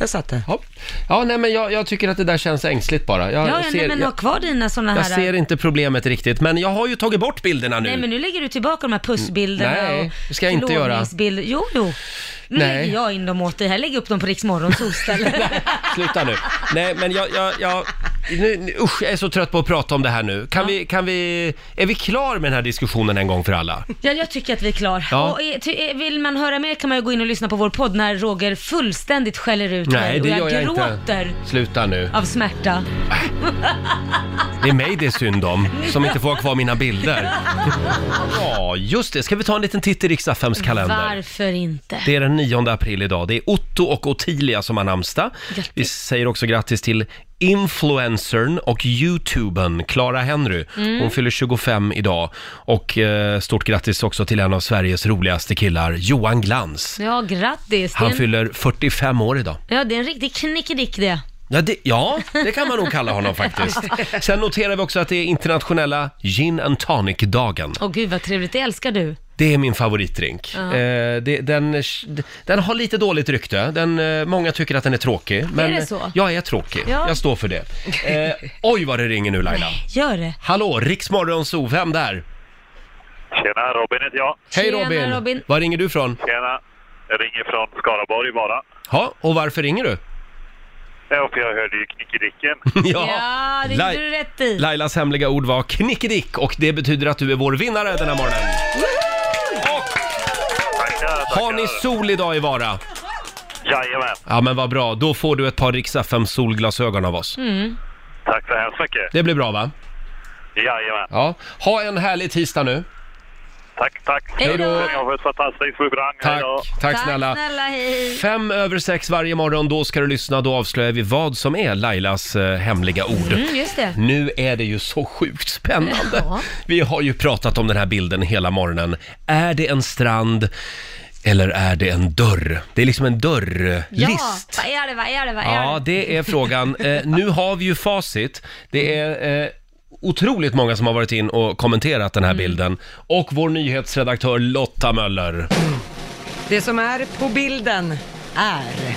Speaker 3: Jag satt det.
Speaker 1: Ja, ja nej, men jag, jag tycker att det där känns ängsligt bara.
Speaker 2: Ja,
Speaker 1: Jag,
Speaker 2: ja, nej,
Speaker 1: ser,
Speaker 2: men ha
Speaker 1: jag,
Speaker 2: kvar dina sådana
Speaker 1: jag
Speaker 2: här...
Speaker 1: ser inte problemet riktigt, men jag har ju tagit bort bilderna nu. Mm,
Speaker 2: Nej, men nu lägger du tillbaka de här pussbilderna
Speaker 1: Nej,
Speaker 2: och
Speaker 1: det ska jag inte göra.
Speaker 2: förlovningsbilder. Jo, jo. Nu
Speaker 1: Nej.
Speaker 2: lägger jag in dem åt dig här. Lägg upp dem på Rix Morgonzoo
Speaker 1: *laughs*
Speaker 2: istället.
Speaker 1: Sluta nu. Nej, men jag... jag, jag nu, nu- usch, jag är så trött på att prata om det här nu. Kan vi, kan vi, är vi klar med den här diskussionen en gång för alla?
Speaker 2: Ja, jag tycker att vi är klar.
Speaker 1: Ja.
Speaker 2: Och eh, ty- eh, vill man höra mer kan man ju gå in och lyssna på vår podd när Roger fullständigt skäller ut mig
Speaker 1: Nej,
Speaker 2: och
Speaker 1: det gör jag
Speaker 2: gråter
Speaker 1: inte. Sluta nu.
Speaker 2: av smärta.
Speaker 1: Det är mig det är synd om, som inte får ha kvar mina bilder. Ja, just det. Ska vi ta en liten titt i Riks-FMs kalender?
Speaker 2: Varför inte?
Speaker 1: Det är den 9 april idag. Det är Otto och Ottilia som har namnsdag.
Speaker 2: Grattis.
Speaker 1: Vi säger också grattis till influencern och youtubern Clara Henry.
Speaker 13: Mm.
Speaker 1: Hon fyller 25 idag. Och eh, stort grattis också till en av Sveriges roligaste killar, Johan Glans.
Speaker 2: Ja, grattis. Det är
Speaker 1: Han
Speaker 2: en-
Speaker 1: fyller 45 år idag.
Speaker 2: Ja, det är en riktig knickedick det.
Speaker 1: Ja det, ja, det kan man nog kalla honom faktiskt. Sen noterar vi också att det är internationella gin and tonic-dagen.
Speaker 2: Åh gud vad trevligt, det älskar du.
Speaker 1: Det är min favoritdrink.
Speaker 2: Ja.
Speaker 1: Eh, det, den, den har lite dåligt rykte. Den, eh, många tycker att den är tråkig. Men
Speaker 2: det så?
Speaker 1: Jag är tråkig.
Speaker 2: Ja.
Speaker 1: Jag står för det. Eh,
Speaker 2: *laughs*
Speaker 1: oj vad det ringer nu Laila.
Speaker 2: Gör
Speaker 1: *laughs*
Speaker 2: det.
Speaker 1: Hallå, Riksmorgonzoo, vem där?
Speaker 14: Tjena, Robin heter jag.
Speaker 1: Hej Robin. Var ringer du från?
Speaker 14: Tjena. Jag ringer från Skaraborg bara.
Speaker 1: Ja, och varför ringer du?
Speaker 14: Ja, för jag hörde ju
Speaker 1: *laughs*
Speaker 14: knickedicken.
Speaker 2: Ja, det gjorde
Speaker 1: Lai-
Speaker 2: du rätt i.
Speaker 1: Lailas hemliga ord var knickedick och det betyder att du är vår vinnare den här morgonen. Har ni sol idag i Vara?
Speaker 14: Jajamän.
Speaker 1: Ja men vad bra, då får du ett par Rix FM solglasögon av oss.
Speaker 2: Mm.
Speaker 14: Tack så hemskt mycket.
Speaker 1: Det blir bra va?
Speaker 14: Jajamän.
Speaker 1: Ja. Ha en härlig tisdag nu.
Speaker 14: Tack, tack.
Speaker 1: Hej då.
Speaker 14: Ni har ett fantastiskt program.
Speaker 1: Tack, tack snälla.
Speaker 2: hej.
Speaker 1: Fem över sex varje morgon, då ska du lyssna. Då avslöjar vi vad som är Lailas eh, hemliga ord.
Speaker 2: Mm, just det.
Speaker 1: Nu är det ju så sjukt
Speaker 2: *laughs*
Speaker 1: spännande.
Speaker 2: Ja.
Speaker 1: Vi har ju pratat om den här bilden hela morgonen. Är det en strand eller är det en dörr? Det är liksom en
Speaker 2: Ja,
Speaker 1: dörrlist.
Speaker 2: vad är det, vad är det, vad är
Speaker 1: Ja,
Speaker 2: det?
Speaker 1: det är frågan. Eh, nu har vi ju facit. Det är eh, otroligt många som har varit in och kommenterat den här
Speaker 2: Mm.
Speaker 1: bilden. Och vår nyhetsredaktör Lotta Möller.
Speaker 3: Det som är på bilden är...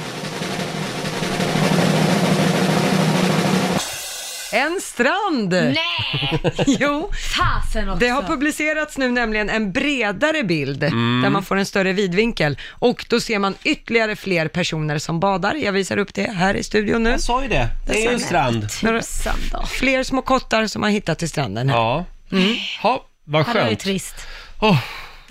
Speaker 3: En strand!
Speaker 2: Nej!
Speaker 3: *laughs*
Speaker 2: Alltså.
Speaker 3: jo,
Speaker 2: Fasen också.
Speaker 3: det har publicerats nu nämligen en bredare bild
Speaker 13: Mm.
Speaker 3: där man får en större vidvinkel och då ser man ytterligare fler personer som badar. Jag visar upp det här i studion nu. Jag
Speaker 1: sa ju det,
Speaker 2: Det är ju en strand.
Speaker 3: Några,
Speaker 2: Tusan då.
Speaker 3: fler små kottar som har hittat till stranden.
Speaker 1: Ja. Mm. Ha, vad
Speaker 2: Ja, det var ju
Speaker 1: skönt.
Speaker 2: trist.
Speaker 1: Åh,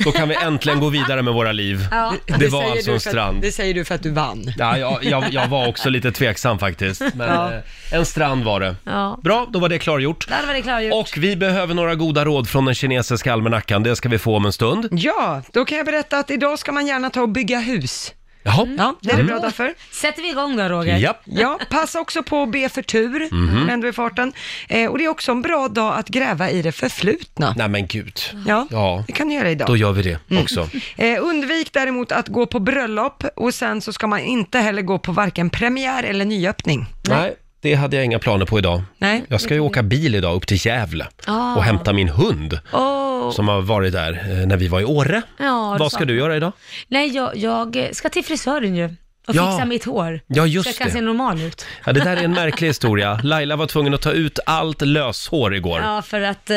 Speaker 1: Då kan vi äntligen gå vidare med våra liv.
Speaker 3: Ja.
Speaker 1: Det var
Speaker 3: säger
Speaker 1: alltså
Speaker 3: du
Speaker 1: en
Speaker 3: för att-
Speaker 1: strand.
Speaker 3: Det säger du för att du vann.
Speaker 1: Ja, jag, jag,
Speaker 3: *laughs*
Speaker 1: jag var också lite tveksam faktiskt. Men
Speaker 2: Ja.
Speaker 1: eh, en strand var det.
Speaker 2: Ja.
Speaker 1: Bra, då var det klargjort.
Speaker 2: Där var det klargjort.
Speaker 1: Och vi behöver några goda råd från den kinesiska almanackan. Det ska vi få om en stund.
Speaker 3: Ja, då kan jag berätta att idag ska man gärna ta och bygga hus.
Speaker 1: Jaha.
Speaker 3: Ja, det är det
Speaker 1: Mm.
Speaker 3: bra dagar för.
Speaker 2: Sätter vi igång då Roger?
Speaker 1: Japp.
Speaker 3: Ja, passa också på att be för tur
Speaker 1: Mhm.
Speaker 3: när du är i farten. Eh, och det är också en bra dag att gräva i det förflutna.
Speaker 1: Nej men gud.
Speaker 3: Ja,
Speaker 1: Ja,
Speaker 3: det kan du göra idag.
Speaker 1: då gör vi det också.
Speaker 3: *laughs* Eh, undvik däremot att gå på bröllop och sen så ska man inte heller gå på varken premiär eller nyöppning.
Speaker 1: Nej, det hade jag inga planer på idag.
Speaker 3: Nej.
Speaker 1: Jag ska ju åka bil idag upp till Gävle
Speaker 3: Ah.
Speaker 1: och hämta min hund
Speaker 2: Åh.
Speaker 1: som har varit där eh, när vi var i Åre.
Speaker 2: Ja,
Speaker 1: Vad ska
Speaker 2: sa-
Speaker 1: du göra idag?
Speaker 2: Nej, jag, jag ska till frisören ju och
Speaker 1: Ja.
Speaker 2: fixa mitt hår.
Speaker 1: Ja, just
Speaker 2: så jag kan
Speaker 1: det.
Speaker 2: se normal ut.
Speaker 1: Ja, det där är en
Speaker 2: *laughs*
Speaker 1: märklig historia. Laila var tvungen att ta ut allt löshår igår.
Speaker 2: Ja, för att eh,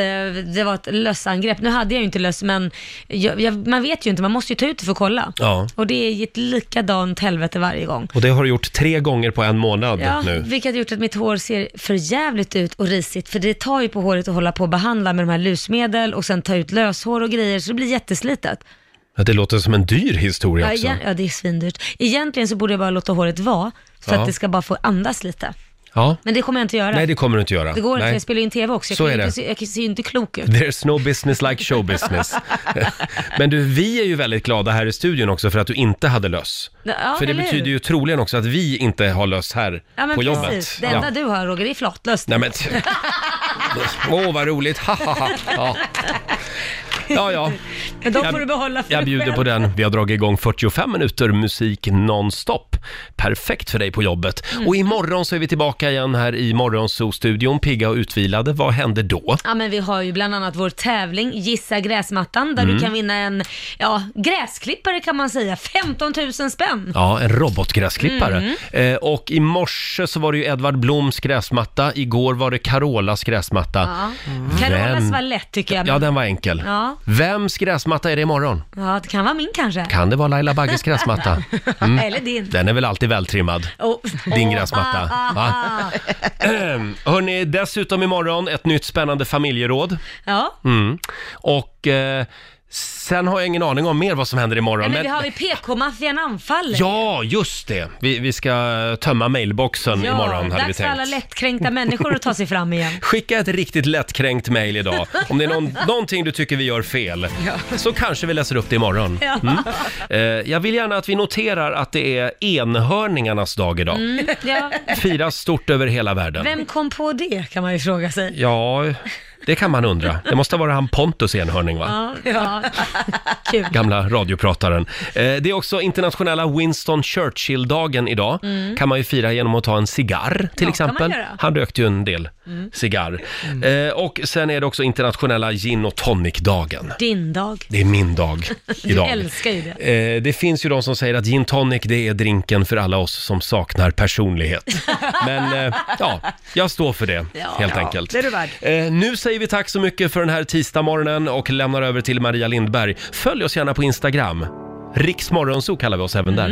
Speaker 2: det var ett lössangrepp. Nu hade jag ju inte löss, men jag, jag, man vet ju inte, man måste ju ta ut det för att kolla.
Speaker 1: Ja.
Speaker 2: Och det är ett likadant helvete varje gång.
Speaker 1: Och det har du gjort tre gånger på en månad
Speaker 2: Ja,
Speaker 1: nu.
Speaker 2: vilket har gjort att mitt hår ser för jävligt ut och risigt, för det tar ju på håret att hålla på och behandla med de här lusmedel och sen ta ut löshår och grejer, så det blir jätteslitet.
Speaker 1: Ja, det låter som en dyr historia
Speaker 2: Ja,
Speaker 1: också.
Speaker 2: igen, ja, det är svindyrt. Egentligen så borde jag bara låta håret vara, så
Speaker 1: Ja.
Speaker 2: att det ska bara få andas lite.
Speaker 1: Ja.
Speaker 2: Men det kommer jag inte göra.
Speaker 1: Nej, det kommer du inte göra.
Speaker 2: Det går inte,
Speaker 1: Nej.
Speaker 2: jag spelar ju in TV också. Jag,
Speaker 1: Så
Speaker 2: kan
Speaker 1: är
Speaker 2: ju
Speaker 1: det.
Speaker 2: Inte, se- jag kan- ser ju inte klok ut.
Speaker 1: There's no business like show business. *laughs* Men du, vi är ju väldigt glada här i studion också för att du inte hade löss.
Speaker 2: *laughs* Ja,
Speaker 1: för det
Speaker 2: eller hur?
Speaker 1: betyder ju troligen också att vi inte har löss här
Speaker 2: Ja, men
Speaker 1: på
Speaker 2: precis.
Speaker 1: jobbet.
Speaker 2: Det enda du har Roger, det
Speaker 1: *laughs*
Speaker 2: är flatlöst.
Speaker 1: Nej men... Åh, vad roligt! Ha, ha, ha. Ja. Ja, ja.
Speaker 2: Men de
Speaker 1: Jag-
Speaker 2: får du behålla för
Speaker 1: Jag
Speaker 2: dig
Speaker 1: bjuder
Speaker 2: själv.
Speaker 1: på den. Vi har dragit igång 45 minuter musik nonstop. Perfekt för dig på jobbet.
Speaker 2: Mm.
Speaker 1: Och imorgon så är vi tillbaka igen här i Morgonzoo-studion, pigga och utvilade. Vad händer då?
Speaker 2: Ja, men vi har ju bland annat vår tävling Gissa gräsmattan där
Speaker 1: Mm.
Speaker 2: du kan vinna en ja, gräsklippare kan man säga, 15 000 spänn.
Speaker 1: Ja, en robotgräsklippare.
Speaker 2: Mm.
Speaker 1: Eh, och i morse så var det ju Edvard Bloms gräsmatta, igår var det Carolas gräsmatta.
Speaker 2: Ja. Carolas
Speaker 1: Vem-
Speaker 2: var lätt tycker jag.
Speaker 1: Ja, den var enkel.
Speaker 2: Ja.
Speaker 1: Vems gräsmatta är det imorgon?
Speaker 2: ja, det kan vara min kanske.
Speaker 1: Kan det vara Laila Bagges
Speaker 2: *laughs*
Speaker 1: gräsmatta? Mm.
Speaker 2: Eller din.
Speaker 1: Den är väl alltid vältrimmad?
Speaker 2: Oh.
Speaker 1: Din gräsmatta.
Speaker 2: Ah, ah,
Speaker 1: Va? Ehm,
Speaker 2: ah.
Speaker 1: Hörni, dessutom imorgon ett nytt spännande familjeråd.
Speaker 2: Ja.
Speaker 1: Mm. Och eh, sen har jag ingen aning om mer vad som händer imorgon.
Speaker 2: Nej, men vi har ju PK-maffian anfaller.
Speaker 1: Ja, just det. Vi, vi ska tömma mailboxen imorgon hade vi
Speaker 2: dags för alla
Speaker 1: tänkt.
Speaker 2: lättkränkta människor att ta sig
Speaker 1: *laughs*
Speaker 2: fram igen.
Speaker 1: Skicka ett riktigt lättkränkt mail idag. Om det är
Speaker 2: *laughs*
Speaker 1: någon, någonting du tycker vi gör fel så kanske vi läser upp det imorgon.
Speaker 2: Ja.
Speaker 1: Mm. Eh, jag vill gärna att vi noterar att det är enhörningarnas dag idag.
Speaker 2: Mm, ja.
Speaker 1: Firas stort över hela världen.
Speaker 2: Vem kom på det kan man ju fråga sig.
Speaker 1: Ja, det kan man undra. Det måste vara han Pontus enhörning va?
Speaker 2: Ja,
Speaker 1: *laughs*
Speaker 2: ja. Kul.
Speaker 1: Gamla radioprataren. Eh, det är också internationella Winston Churchill-dagen idag.
Speaker 2: Mm.
Speaker 1: Kan man ju fira genom att ta en cigarr till
Speaker 2: Ja, kan man
Speaker 1: exempel.
Speaker 2: göra.
Speaker 1: Han rökte ju en del
Speaker 2: Mm.
Speaker 1: cigarr. Eh, och sen är det också internationella gin och tonic-dagen.
Speaker 2: Din dag.
Speaker 1: Det är min dag
Speaker 2: *laughs* Du
Speaker 1: idag.
Speaker 2: älskar ju det.
Speaker 1: Eh, det finns ju de som säger att gin tonic det är drinken för alla oss som saknar
Speaker 2: *laughs*
Speaker 1: personlighet. Men eh, ja, jag står för det helt enkelt.
Speaker 3: Det är du värd.
Speaker 1: Eh, nu säger vi tack så mycket för den här tisdagsmorgonen och lämnar över till Maria Lindberg. Följ oss gärna på Instagram. Riksmorgonso kallar vi oss även där.